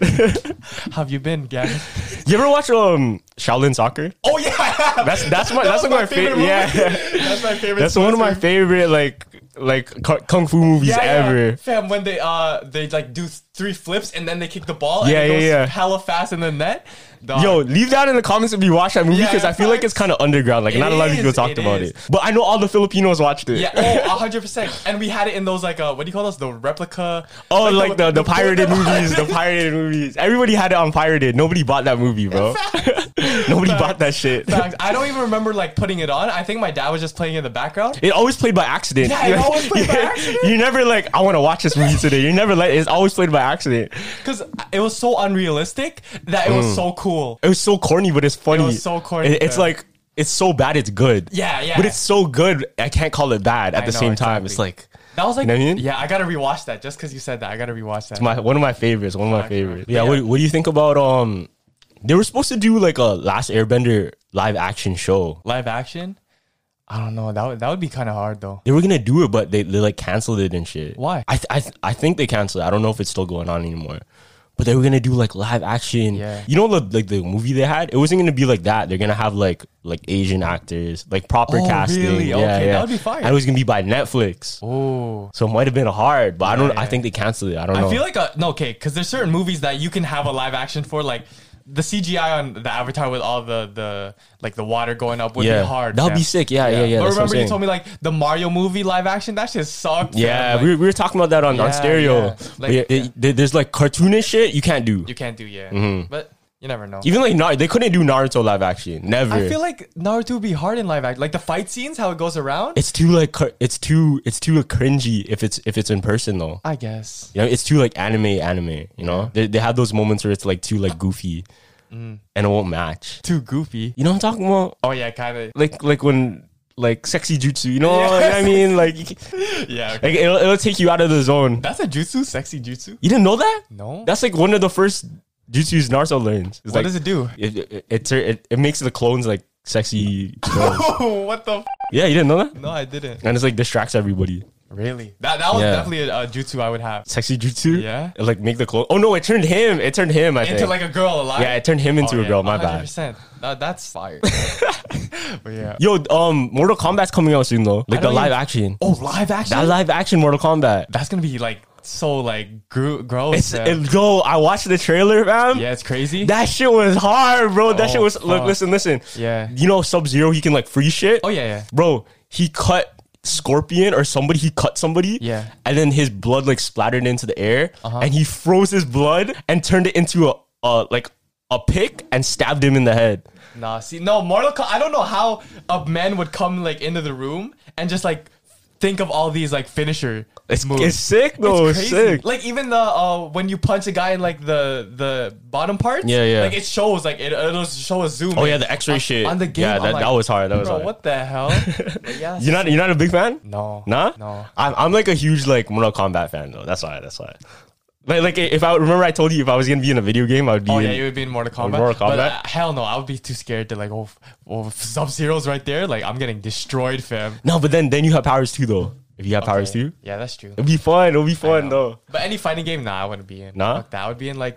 Speaker 1: How have you been, Gavin?
Speaker 2: you ever watch um Shaolin Soccer?
Speaker 1: Oh yeah,
Speaker 2: <laughs> That's that's my that's
Speaker 1: was
Speaker 2: one of my favorite.
Speaker 1: movie.
Speaker 2: yeah,
Speaker 1: that's my favorite.
Speaker 2: <laughs> that's one of my
Speaker 1: sponsor.
Speaker 2: favorite like like cu- kung fu movies
Speaker 1: Yeah, yeah.
Speaker 2: ever.
Speaker 1: Fam, when they uh they like do th- three flips and then they kick the ball. and
Speaker 2: Yeah,
Speaker 1: it
Speaker 2: yeah,
Speaker 1: goes
Speaker 2: yeah.
Speaker 1: Hella fast in the net. Dog.
Speaker 2: Yo, leave that in the comments if you watch that movie
Speaker 1: Yeah,
Speaker 2: because I feel like
Speaker 1: facts.
Speaker 2: it's kind of underground. Like
Speaker 1: It
Speaker 2: not a lot of
Speaker 1: is,
Speaker 2: people talked
Speaker 1: it
Speaker 2: about
Speaker 1: is.
Speaker 2: it. But I know all the Filipinos watched it. <laughs>
Speaker 1: Yeah, oh, 100%. And we had it in those, like, uh, what do you call those? The replica.
Speaker 2: Oh, like the, the
Speaker 1: <laughs>
Speaker 2: pirated
Speaker 1: the-
Speaker 2: movies, the pirated movies. Everybody had it on pirated. Nobody bought that movie, bro. <laughs> Nobody bought that shit.
Speaker 1: Facts. I don't even remember, like, putting it on. I think my dad was just playing in the background.
Speaker 2: <laughs> It always played by accident. <laughs>
Speaker 1: Yeah, it always played by accident.
Speaker 2: You never like, I want to watch this movie today. You never like, it's always played by accident.
Speaker 1: Because it was so unrealistic that it
Speaker 2: Mm.
Speaker 1: was so cool.
Speaker 2: It was so corny, but it's funny.
Speaker 1: was so corny,
Speaker 2: It- it's
Speaker 1: bro.
Speaker 2: like, it's so bad, it's good.
Speaker 1: Yeah, yeah.
Speaker 2: But it's so good, I can't call it bad at
Speaker 1: I
Speaker 2: the
Speaker 1: know,
Speaker 2: same time.
Speaker 1: exactly.
Speaker 2: It's like,
Speaker 1: That was like,
Speaker 2: You know what I mean?
Speaker 1: yeah, I gotta rewatch that just because you said that. I gotta rewatch that.
Speaker 2: my one of my favorites. One of my
Speaker 1: Fuck, bro.
Speaker 2: favorites. Yeah. What, what do you think about um? They were supposed to do like a Last Airbender live action show.
Speaker 1: Live action? I don't know. That would, that would be kind of hard, though.
Speaker 2: They were gonna do it, but they, they like canceled it and shit.
Speaker 1: Why?
Speaker 2: I th- I, th- I think they canceled. it. I don't know if it's still going on anymore. But they were gonna do like live action.
Speaker 1: Yeah.
Speaker 2: You know, the, like the movie they had, it wasn't gonna be like that. They're gonna have like like Asian actors, like proper
Speaker 1: Oh,
Speaker 2: casting.
Speaker 1: really?
Speaker 2: Yeah,
Speaker 1: Okay, that
Speaker 2: yeah.
Speaker 1: would be fire.
Speaker 2: And it was gonna be by Netflix,
Speaker 1: Oh.
Speaker 2: so it might have been hard. But I don't. I
Speaker 1: yeah.
Speaker 2: think they canceled it. I don't know.
Speaker 1: I feel like a, no, okay, because there's certain movies that you can have a live action for, like the CGI on the Avatar with all the the like the water going up would
Speaker 2: yeah,
Speaker 1: be hard.
Speaker 2: That would
Speaker 1: fam.
Speaker 2: be sick. Yeah, yeah, yeah.
Speaker 1: But
Speaker 2: that's what I'm
Speaker 1: remember, you
Speaker 2: saying.
Speaker 1: told me like the Mario movie live action that shit sucked. fam.
Speaker 2: Yeah,
Speaker 1: Like,
Speaker 2: we, we were talking about that on,
Speaker 1: Yeah,
Speaker 2: on stereo.
Speaker 1: yeah.
Speaker 2: But
Speaker 1: Like-
Speaker 2: yeah, they- they- there's like cartoonish shit you can't do.
Speaker 1: you can't do yeah, but you never know.
Speaker 2: Mm-hmm. Even like Naruto, they couldn't do Naruto live action. Never.
Speaker 1: I feel like Naruto would be hard in live action, like the fight scenes, how it goes around.
Speaker 2: it's too like cur- it's too it's too cringy if it's if it's in person though.
Speaker 1: I guess.
Speaker 2: You know, it's too like anime anime. You know, they, they have those moments where it's like too like goofy,
Speaker 1: Mm.
Speaker 2: and it won't match.
Speaker 1: Too goofy.
Speaker 2: You know what I'm talking about?
Speaker 1: Oh yeah, kind of.
Speaker 2: Like like when like sexy jutsu. You know, you know what I mean? Like, you can-
Speaker 1: <laughs> Yeah, okay.
Speaker 2: like it'll, it'll take you out of the zone.
Speaker 1: that's a jutsu, sexy jutsu.
Speaker 2: You didn't know that?
Speaker 1: No.
Speaker 2: That's like one of the first jutsus Naruto learns. It's
Speaker 1: what
Speaker 2: like-
Speaker 1: does it do?
Speaker 2: it it, it, tur- it it makes the clones like sexy. clones.
Speaker 1: Oh, <laughs> what the? F-
Speaker 2: yeah, you didn't know that?
Speaker 1: no, I didn't.
Speaker 2: And it's like distracts everybody.
Speaker 1: Really? That that was
Speaker 2: Yeah.
Speaker 1: definitely a, a jutsu I would have.
Speaker 2: Sexy jutsu.
Speaker 1: Yeah.
Speaker 2: It, like make the clothes. Oh no, it turned him. It turned him. I
Speaker 1: Into
Speaker 2: think.
Speaker 1: like a Oh, girl, alive.
Speaker 2: yeah, it turned him into a girl. My bad.
Speaker 1: That, that's
Speaker 2: <laughs>
Speaker 1: fire. <laughs> but yeah.
Speaker 2: Yo, um, Mortal Kombat's coming out soon though. Like the
Speaker 1: don't
Speaker 2: live
Speaker 1: even-
Speaker 2: action.
Speaker 1: Oh, live action.
Speaker 2: That live action Mortal Kombat.
Speaker 1: that's gonna be like so like gro-
Speaker 2: It's
Speaker 1: gross. uh,
Speaker 2: it, yo, I watched the trailer, fam.
Speaker 1: yeah, it's crazy.
Speaker 2: That shit was hard, bro. That
Speaker 1: Oh,
Speaker 2: shit was look,
Speaker 1: fuck.
Speaker 2: listen, listen.
Speaker 1: Yeah.
Speaker 2: You know Sub Zero, he can like free shit.
Speaker 1: Oh, yeah, yeah.
Speaker 2: Bro, he cut Scorpion or somebody, he cut somebody.
Speaker 1: Yeah. Uh-huh.
Speaker 2: And then his blood like splattered into the air. And he froze his blood and turned it into a, a like a pick and stabbed him in the head.
Speaker 1: Nah, see, no, Mortal Kombat. I don't know how a man would come like into the room and just like think of all these like finisher
Speaker 2: It's,
Speaker 1: moves.
Speaker 2: it's sick though. It's, sick.
Speaker 1: Like even the uh, when you punch a guy in like the the bottom parts.
Speaker 2: Yeah, yeah.
Speaker 1: Like it shows like it, it'll show a zoom.
Speaker 2: Oh
Speaker 1: in
Speaker 2: yeah, the X-ray
Speaker 1: on,
Speaker 2: shit.
Speaker 1: on the game.
Speaker 2: Yeah,
Speaker 1: I'm
Speaker 2: that,
Speaker 1: like,
Speaker 2: that was hard. That was
Speaker 1: Bro,
Speaker 2: hard.
Speaker 1: what the
Speaker 2: <laughs>
Speaker 1: hell? But yeah,
Speaker 2: You're not you're not a big fan?
Speaker 1: No.
Speaker 2: Nah?
Speaker 1: No.
Speaker 2: I'm, I'm like a huge like Mortal Kombat fan though. That's why. That's why. Like like if I remember I told you if I was gonna be in a video game, I would be
Speaker 1: Oh
Speaker 2: in,
Speaker 1: yeah, you would be in Mortal Kombat.
Speaker 2: Mortal
Speaker 1: But, uh,
Speaker 2: Kombat?
Speaker 1: hell no, I would be too scared to like. Oh, f- oh Sub Zero's right there. Like I'm getting destroyed, fam.
Speaker 2: No, but then then you have powers too though. If you have powers too.
Speaker 1: Yeah, that's true.
Speaker 2: It'll be fun. It'll be fun though.
Speaker 1: But any fighting game, nah, I wouldn't be in.
Speaker 2: Nah?
Speaker 1: Fuck that. I would be in like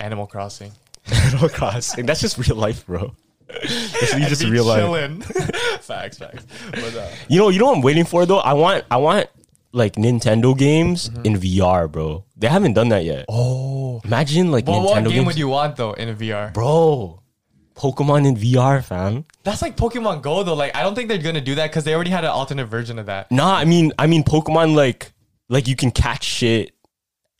Speaker 1: Animal Crossing.
Speaker 2: <laughs> Animal Crossing. That's just real
Speaker 1: <laughs>
Speaker 2: life, bro. That's really just
Speaker 1: Be
Speaker 2: real life.
Speaker 1: chillin'. <laughs> facts, facts. But, uh,
Speaker 2: You know, you know what I'm waiting for though? I want I want like Nintendo games
Speaker 1: Mm-hmm.
Speaker 2: in VR, bro. They haven't done that yet. Oh. Imagine like
Speaker 1: but
Speaker 2: Nintendo
Speaker 1: what game
Speaker 2: games.
Speaker 1: would you want though in a VR?
Speaker 2: bro, Pokemon in VR, fam.
Speaker 1: That's like Pokemon Go though. Like I don't think they're gonna do that because they already had an alternate version of that.
Speaker 2: Nah, I mean, I mean, Pokemon like like you can catch shit.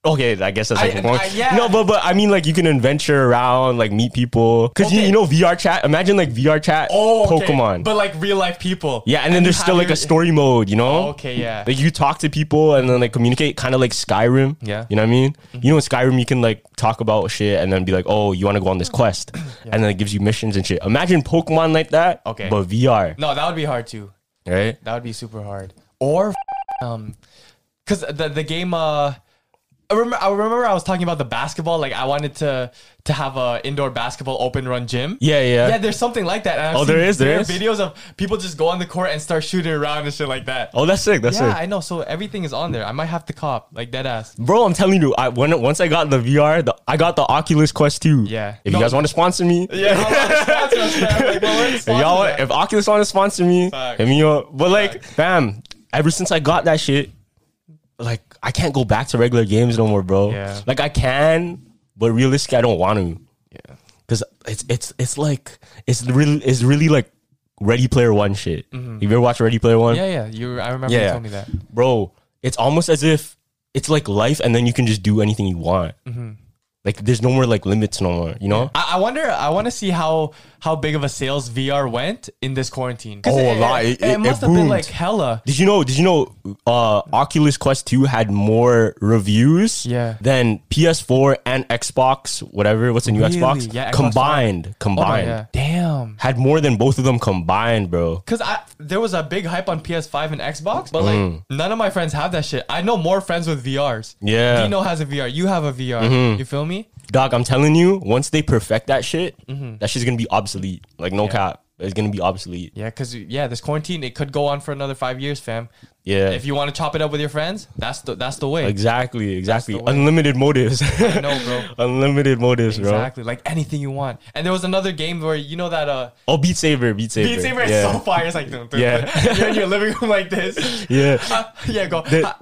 Speaker 2: Okay, I guess that's like
Speaker 1: I-
Speaker 2: Pokemon.
Speaker 1: I- yeah.
Speaker 2: No, but but I mean, like you can adventure around, like meet people. Cause you,
Speaker 1: Okay.
Speaker 2: you know VR chat. Imagine like VR chat.
Speaker 1: Oh, okay.
Speaker 2: Pokemon.
Speaker 1: But like real life people.
Speaker 2: yeah, and then there's
Speaker 1: you
Speaker 2: still
Speaker 1: have
Speaker 2: like a
Speaker 1: your-
Speaker 2: story mode. You know.
Speaker 1: Okay, yeah.
Speaker 2: Like you talk to people and then like communicate, kind of like Skyrim.
Speaker 1: Yeah. Mm-hmm.
Speaker 2: You know what I mean? You know, in Skyrim, you can like talk about shit and then be like, oh, you want to go on
Speaker 1: <clears throat>
Speaker 2: this quest, and then it gives you missions and shit. Imagine Pokemon like that.
Speaker 1: Okay.
Speaker 2: But VR,
Speaker 1: No, that would be hard too.
Speaker 2: right?
Speaker 1: That would be super hard. Or um, because the the game uh. I remember, I remember I was talking about the basketball. Like I wanted to to have a indoor basketball open run gym.
Speaker 2: Yeah, yeah.
Speaker 1: yeah. There's something like that. And I've
Speaker 2: Oh, there
Speaker 1: seen
Speaker 2: is, there
Speaker 1: bare
Speaker 2: is.
Speaker 1: videos of people just go on the court and start shooting around and shit like that.
Speaker 2: Oh, that's sick. That's
Speaker 1: yeah,
Speaker 2: sick.
Speaker 1: I know. So everything is on there. I might have to cop like dead ass.
Speaker 2: Bro, I'm telling you, I when once I got the VR, the, I got the Oculus Quest 2.
Speaker 1: Yeah.
Speaker 2: If
Speaker 1: No.
Speaker 2: you guys want to sponsor me,
Speaker 1: <laughs> Yeah, I'm not sponsored, fam. Like, well, we're
Speaker 2: if y'all
Speaker 1: sponsored.
Speaker 2: want, if Oculus want to sponsor me,
Speaker 1: Facts.
Speaker 2: hit me up. But like, fam, ever since I got that shit, like I can't go back to regular games no more, bro.
Speaker 1: Yeah.
Speaker 2: Like I can, but realistically, I don't want to
Speaker 1: yeah.
Speaker 2: because it's it's it's like it's really it's really like Ready Player One shit.
Speaker 1: Mm-hmm.
Speaker 2: You ever watch Ready Player One?
Speaker 1: yeah, yeah. You, I remember you told me that.
Speaker 2: Bro, it's almost as if it's like life and then you can just do anything you want.
Speaker 1: Mm-hmm.
Speaker 2: Like there's no more like limits no more, you know?
Speaker 1: I, I wonder. I want to see how how big of a sales VR went in this quarantine. 'Cause
Speaker 2: Oh,
Speaker 1: it,
Speaker 2: a lot.
Speaker 1: It,
Speaker 2: It-
Speaker 1: it
Speaker 2: it
Speaker 1: must have been
Speaker 2: boomed.
Speaker 1: like hella.
Speaker 2: Did you know did you know uh Oculus Quest 2 had more reviews
Speaker 1: Yeah.
Speaker 2: than PS4 and Xbox, whatever, what's the new
Speaker 1: Really?
Speaker 2: Xbox?
Speaker 1: Yeah, Xbox Oh
Speaker 2: combined. Combined.
Speaker 1: Damn.
Speaker 2: Had more than both of them combined, bro.
Speaker 1: Cause I there was a big hype on PS5 and Xbox, but like none of my friends have that shit. I know more friends with VRs.
Speaker 2: Yeah.
Speaker 1: Dino has a VR. You have a VR. You feel me?
Speaker 2: Doc, I'm telling you, once they perfect that shit,
Speaker 1: Mm-hmm.
Speaker 2: that shit's gonna be obsolete. Like no cap. It's gonna be obsolete.
Speaker 1: Yeah, cause yeah, this quarantine it could go on for another five years, fam.
Speaker 2: Yeah.
Speaker 1: If you want to chop it up with your friends, that's the that's the way.
Speaker 2: Exactly, exactly.
Speaker 1: the way.
Speaker 2: Unlimited motives.
Speaker 1: I know, <laughs> bro.
Speaker 2: Unlimited motives,
Speaker 1: Exactly, like anything you want. And there was another game where you know that uh,
Speaker 2: bro. Oh, Beat Saber, Beat Saber.
Speaker 1: Beat Saber
Speaker 2: yeah.
Speaker 1: is so fire. It's like dun, dun,
Speaker 2: Yeah.
Speaker 1: dun. you're in your living room like this. <laughs>
Speaker 2: <laughs> yeah.
Speaker 1: Uh, yeah, go. Uh,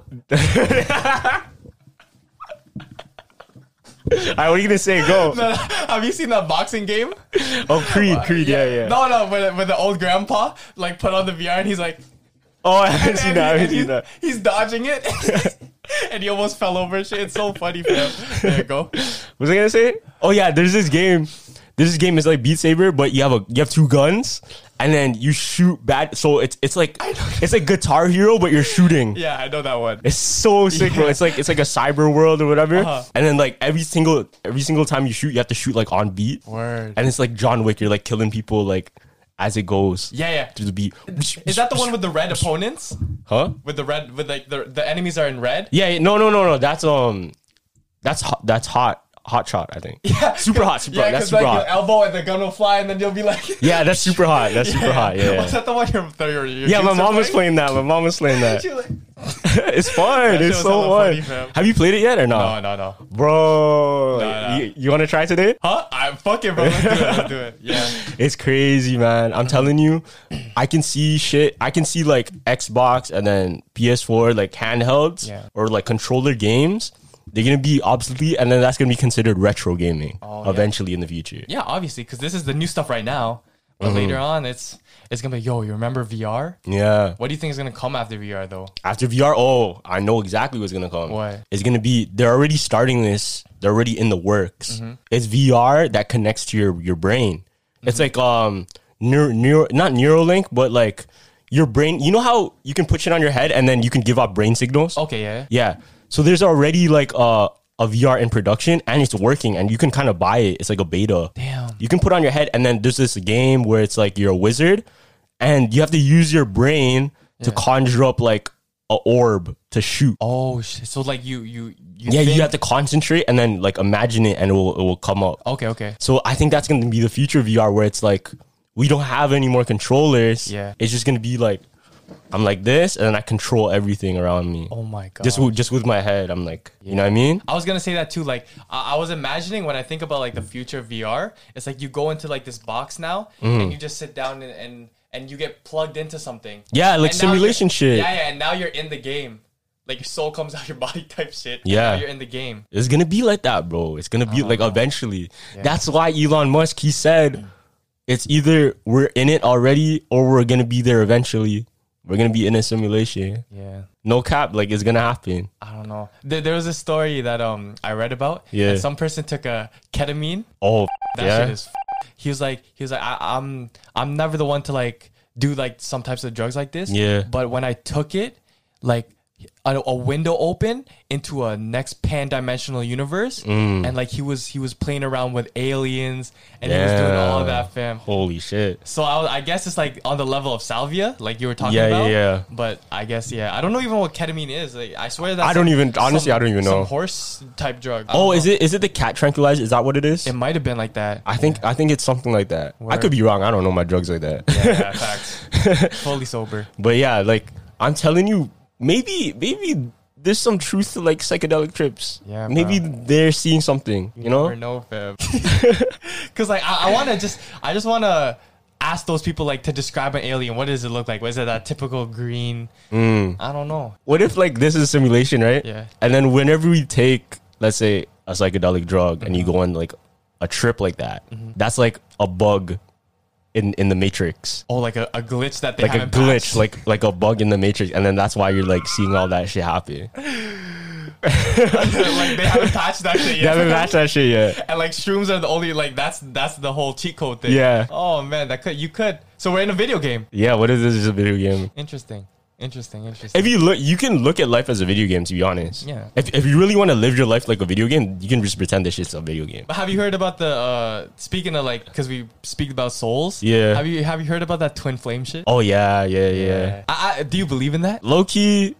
Speaker 2: All right, what are you gonna say? Go.
Speaker 1: <laughs> have you seen that boxing game?
Speaker 2: Oh, Creed, Creed. Yeah, yeah.
Speaker 1: No, no, where, where the old grandpa like put on the VR and he's
Speaker 2: <laughs>
Speaker 1: like,
Speaker 2: Oh, I haven't seen
Speaker 1: and
Speaker 2: that. I
Speaker 1: he-
Speaker 2: haven't seen
Speaker 1: and
Speaker 2: that.
Speaker 1: he- he's dodging it, <laughs> and he almost fell over. and Shit, it's so funny. Fam. There you go.
Speaker 2: What was I gonna say? Oh yeah, there's this game. There's This game is like Beat Saber, but you have a you have two guns, and then you shoot bad. So it's it's like it's like Guitar Hero, but you're shooting.
Speaker 1: Yeah, I know that one.
Speaker 2: It's so sick, bro. It's like it's like a cyber world or whatever.
Speaker 1: Uh-huh.
Speaker 2: And then like every single every single time you shoot, you have to shoot like on beat.
Speaker 1: Word.
Speaker 2: And it's like John Wick. You're like killing people like as it goes.
Speaker 1: Yeah, yeah.
Speaker 2: Through the beat.
Speaker 1: Is that the one with the red opponents?
Speaker 2: Huh?
Speaker 1: With the red, with like the the enemies are in red.
Speaker 2: Yeah. yeah. No. No. No. No. That's um. That's hot. That's hot. Hot shot. I think. Yeah. Super hot. Super hot. That's
Speaker 1: because
Speaker 2: super
Speaker 1: like your
Speaker 2: hot.
Speaker 1: elbow and the gun will fly, and then you'll be like,
Speaker 2: yeah. That's super hot. That's super hot. Yeah.
Speaker 1: <laughs> Was that the one your your, your
Speaker 2: Yeah. My
Speaker 1: kids are <laughs>
Speaker 2: mom was playing that. My mom was playing that.
Speaker 1: She was like-
Speaker 2: it's fun.
Speaker 1: shit
Speaker 2: it's
Speaker 1: was
Speaker 2: so
Speaker 1: hella
Speaker 2: fun.
Speaker 1: funny, fam.
Speaker 2: Have you played it yet or
Speaker 1: No,
Speaker 2: not?
Speaker 1: no, no.
Speaker 2: Bro,
Speaker 1: No, no.
Speaker 2: you, want to try today?
Speaker 1: Huh? I fucking bro. Let's do it. Let's do it. Yeah.
Speaker 2: It's crazy, man. I'm telling you, I can see shit. I can see like Xbox and then PS4, like handhelds
Speaker 1: Yeah.
Speaker 2: or like controller games. They're gonna be obsolete, and then that's gonna be considered retro gaming eventually in the future.
Speaker 1: <laughs> Yeah, obviously, because this is the new stuff right now. But later on, it's it's gonna be yo. You remember VR?
Speaker 2: Yeah.
Speaker 1: What do you think is gonna come after VR though?
Speaker 2: After VR, oh, I know exactly what's gonna come.
Speaker 1: What?
Speaker 2: It's gonna be. They're already starting this. They're already in the works. It's VR that connects to your your brain. It's like um neuro, neuro not Neuralink, but like your brain. You know how you can put shit on your head and then you can give out brain signals.
Speaker 1: Okay, yeah.
Speaker 2: Yeah. So there's already like a a VR in production and it's working and you can kind of buy it. It's like a beta.
Speaker 1: Damn.
Speaker 2: You can put on your head and then there's this game where it's like you're a wizard and you have to use your brain to conjure up like a orb to shoot.
Speaker 1: Oh shit. So like you you, you
Speaker 2: yeah,
Speaker 1: think-
Speaker 2: you have to concentrate and then like imagine it and it will it will come up.
Speaker 1: Okay, okay.
Speaker 2: So I think that's going to be the future of VR where it's like we don't have any more controllers.
Speaker 1: Yeah.
Speaker 2: It's just going to be like I'm like this and then I control everything around me.
Speaker 1: Oh my god.
Speaker 2: Just with, just with my head, I'm like, you know what I mean?
Speaker 1: I was gonna say that too. Like I, I was imagining when I think about like the future of VR, it's like you go into like this box now
Speaker 2: Mm-hmm.
Speaker 1: and you just sit down and, and and you get plugged into something.
Speaker 2: Yeah, like
Speaker 1: And now you're-
Speaker 2: simulation shit.
Speaker 1: Yeah, yeah. And now you're in the game. Like your soul comes <laughs> out your body type shit. and
Speaker 2: Yeah.
Speaker 1: now you're in the game.
Speaker 2: It's gonna be like that, bro. It's gonna be
Speaker 1: Uh-huh.
Speaker 2: like eventually. That's why Elon Musk he
Speaker 1: Mm.
Speaker 2: said it's either we're in it already or we're gonna be there eventually. We're gonna be in a simulation.
Speaker 1: Yeah.
Speaker 2: No cap, like it's gonna happen.
Speaker 1: I don't know. There, there was a story that um I read about.
Speaker 2: Yeah.
Speaker 1: and some person took a ketamine.
Speaker 2: Oh
Speaker 1: That
Speaker 2: yeah.
Speaker 1: shit is. F- he was like, he was like, I, I'm, I'm never the one to like do like some types of drugs like this.
Speaker 2: Yeah.
Speaker 1: But when I took it, like a, a window opened into a next pan-dimensional universe,
Speaker 2: Mm.
Speaker 1: and like he was he was playing around with aliens, and he was doing all of
Speaker 2: Yeah.
Speaker 1: that, fam.
Speaker 2: Holy shit.
Speaker 1: So I, was- I guess it's like on the level of salvia, like you were talking
Speaker 2: Yeah, yeah,
Speaker 1: about.
Speaker 2: yeah.
Speaker 1: But I guess yeah, I don't know even what ketamine is. Like, I swear that
Speaker 2: I don't even- honestly, I don't even know.
Speaker 1: Some horse type drug.
Speaker 2: Oh, is it is it the cat tranquilizer? Is that what it is?
Speaker 1: It might have been like that.
Speaker 2: I think I think it's something like that. I could
Speaker 1: Word.
Speaker 2: be wrong. I don't know my drugs like that. <laughs>
Speaker 1: yeah, facts. Fully sober.
Speaker 2: But yeah, like I'm telling you, maybe maybe there's some truth to like psychedelic trips.
Speaker 1: Yeah,
Speaker 2: maybe they're seeing something. You know?
Speaker 1: Or no fib. <laughs> Cause like I, I wanna just I just wanna ask those people like to describe an alien. What does it look like? Was it that typical green?
Speaker 2: Mm.
Speaker 1: I don't know.
Speaker 2: What if like this is a simulation, right?
Speaker 1: Yeah.
Speaker 2: And then whenever we take, let's say, a psychedelic drug, and you
Speaker 1: Mm-hmm.
Speaker 2: go on like a trip like that, that's like a bug in in the matrix.
Speaker 1: Oh, like a, a glitch that they
Speaker 2: Like a
Speaker 1: haven't patched.
Speaker 2: glitch, like like a bug in the matrix, and then that's why you're like seeing all that shit happen.
Speaker 1: <laughs> like they haven't patched that shit
Speaker 2: Yeah,
Speaker 1: yet. <laughs>
Speaker 2: I mean, that's <laughs> that shit. Yeah,
Speaker 1: and like shrooms are the only like that's that's the whole cheat code thing.
Speaker 2: Yeah.
Speaker 1: Oh man, that could you could. So we're in a video game.
Speaker 2: yeah. What is this? Is a video game?
Speaker 1: Interesting. Interesting. Interesting.
Speaker 2: If you look, you can look at life as a video game. To be honest,
Speaker 1: Yeah.
Speaker 2: If if you really want to live your life like a video game, you can just pretend this shit's a video game.
Speaker 1: But have you heard about the uh speaking of like because we speak about souls?
Speaker 2: Yeah.
Speaker 1: Have you have you heard about that twin flame shit?
Speaker 2: Oh yeah, yeah, yeah.
Speaker 1: I, I, do you believe in that?
Speaker 2: low key,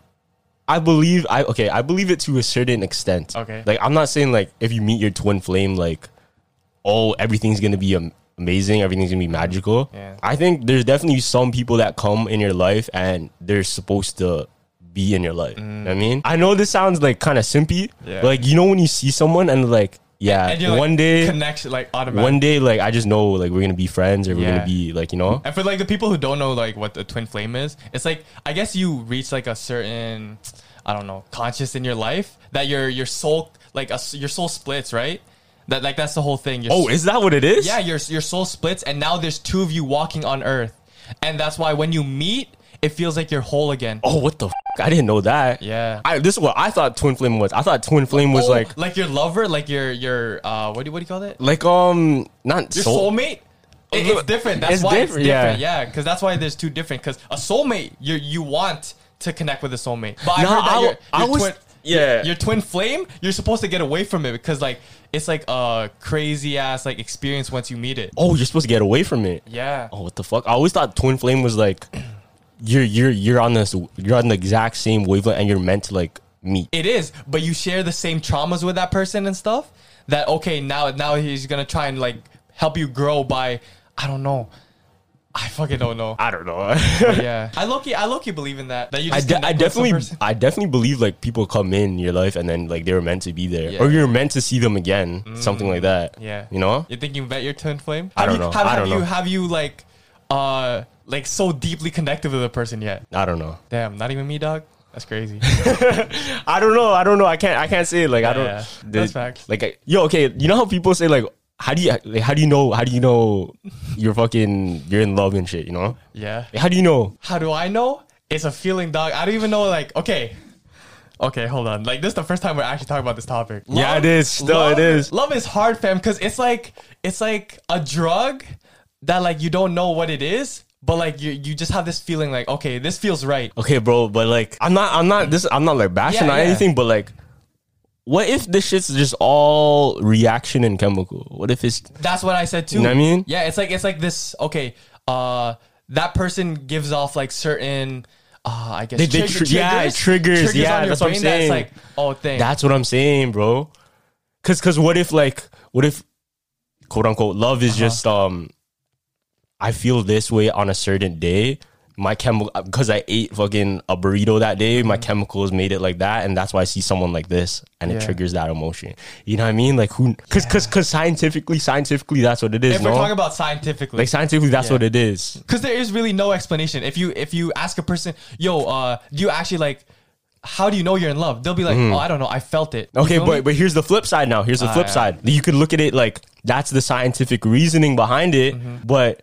Speaker 2: I believe I okay, I believe it to a certain extent.
Speaker 1: Okay.
Speaker 2: Like I'm not saying like if you meet your twin flame, like oh everything's gonna be am- amazing, everything's gonna be magical.
Speaker 1: Yeah.
Speaker 2: I think there's definitely some people that come in your life and they're supposed to be in your life. You know what I mean, I know this sounds like kind of simpy.
Speaker 1: Mm. Yeah.
Speaker 2: but, like you know when you see someone and like yeah,
Speaker 1: And you're, like,
Speaker 2: one day.
Speaker 1: connection like automatic.
Speaker 2: one day, like I just know, like we're gonna be friends, or we're
Speaker 1: Yeah.
Speaker 2: gonna be like, you know,
Speaker 1: and for like the people who don't know like what the twin flame is, it's like I guess you reach like a certain I don't know conscious in your life that your your soul like a s your soul splits right. That like that's the whole thing. Your
Speaker 2: oh,
Speaker 1: s-
Speaker 2: is that what it is?
Speaker 1: Yeah, your your soul splits, and now there's two of you walking on Earth, and that's why when you meet, it feels like you're whole again.
Speaker 2: Oh, what the? F-? I didn't know that.
Speaker 1: Yeah.
Speaker 2: I, this is what I thought Twin Flame was. I thought Twin Flame was
Speaker 1: Oh,
Speaker 2: like,
Speaker 1: like your lover, like your your uh, what do what do you call that?
Speaker 2: like um, not
Speaker 1: Your
Speaker 2: soul-
Speaker 1: soulmate. It-
Speaker 2: look,
Speaker 1: it's different. That's
Speaker 2: it's
Speaker 1: why
Speaker 2: different,
Speaker 1: it's different.
Speaker 2: yeah.
Speaker 1: Yeah, because that's why there's two different. Because a soulmate, you you want to connect with a soulmate, but I
Speaker 2: No,
Speaker 1: heard that
Speaker 2: I-
Speaker 1: your,
Speaker 2: I
Speaker 1: your
Speaker 2: was-
Speaker 1: twin,
Speaker 2: yeah.
Speaker 1: your, your twin flame, you're supposed to get away from it because like it's like a crazy ass like experience once you meet it.
Speaker 2: Oh, you're supposed to get away from it.
Speaker 1: Yeah.
Speaker 2: Oh, what the fuck? I always thought Twin Flame was like, you're you're you're on this, you're on the exact same wavelength, and you're meant to like meet.
Speaker 1: It is, but you share the same traumas with that person and stuff. That okay, now now he's gonna try and like help you grow by I don't know, I fucking don't know.
Speaker 2: <laughs> I don't know.
Speaker 1: yeah, I low key, I low key believe in that. That you
Speaker 2: I,
Speaker 1: just
Speaker 2: de-
Speaker 1: connect
Speaker 2: I
Speaker 1: with some
Speaker 2: definitely
Speaker 1: person.
Speaker 2: I definitely believe like people come in your life and then like they were meant to be there or
Speaker 1: Yeah. Mm.
Speaker 2: you're meant to see them again something like that
Speaker 1: Yeah.
Speaker 2: you know
Speaker 1: You think you bet your twin flame?
Speaker 2: I
Speaker 1: Have
Speaker 2: don't
Speaker 1: you-
Speaker 2: know.
Speaker 1: Have,
Speaker 2: I
Speaker 1: have
Speaker 2: don't
Speaker 1: you
Speaker 2: know.
Speaker 1: have you like uh like so deeply connected with a person yet?
Speaker 2: I don't know
Speaker 1: Damn, not even me, dog. That's
Speaker 2: <laughs>
Speaker 1: crazy.
Speaker 2: I don't know I don't know I can't I can't say like I don't
Speaker 1: yeah.
Speaker 2: the-
Speaker 1: That's facts.
Speaker 2: like I, yo okay you know how people say like how do you like, how do you know how do you know you're fucking you're in love and shit you know
Speaker 1: yeah.
Speaker 2: Like, how do you know
Speaker 1: How do I know? It's a feeling, dog. I don't even know. Like, okay, okay, hold on. Like, this is the first time we're actually talking about this topic.
Speaker 2: Yeah, it is. No,
Speaker 1: love-
Speaker 2: it is.
Speaker 1: Love is hard, fam, because it's like it's like a drug that like you don't know what it is, but like you you just have this feeling like okay, this feels right.
Speaker 2: okay bro but like i'm not i'm not this i'm not like bashing
Speaker 1: Yeah,
Speaker 2: or
Speaker 1: yeah.
Speaker 2: anything but like what if this shit's just all reaction and chemical what if it's
Speaker 1: That's what I said too.
Speaker 2: You know what I mean?
Speaker 1: Yeah, it's like it's like this. Okay, uh, that person gives off like certain. Uh, I guess
Speaker 2: They- they tr- yeah, it triggers, yeah,
Speaker 1: on your
Speaker 2: that's what I'm
Speaker 1: brain
Speaker 2: saying.
Speaker 1: That's like, oh, thing.
Speaker 2: that's what i'm saying bro because because what if like what if quote unquote love
Speaker 1: Uh-huh.
Speaker 2: is just um i feel this way on a certain day my chemical because i ate fucking a burrito that day
Speaker 1: Mm-hmm.
Speaker 2: my chemicals made it like that and that's why i see someone like this and it
Speaker 1: Yeah.
Speaker 2: triggers that emotion you know what i mean like who because because scientifically scientifically that's what it is
Speaker 1: if we're
Speaker 2: no?
Speaker 1: talking about scientifically,
Speaker 2: Like scientifically, that's
Speaker 1: Yeah.
Speaker 2: what it is.
Speaker 1: because there is really no explanation. If you if you ask a person, yo, uh, do you actually like? How do you know you're in love? They'll be like, oh, I don't know, I felt it. You
Speaker 2: Mm-hmm. Okay,
Speaker 1: feel me? Ah,
Speaker 2: but but here's the flip side. Now here's the flip
Speaker 1: yeah.
Speaker 2: side. You could look at it like that's the scientific reasoning behind it,
Speaker 1: Mm-hmm.
Speaker 2: but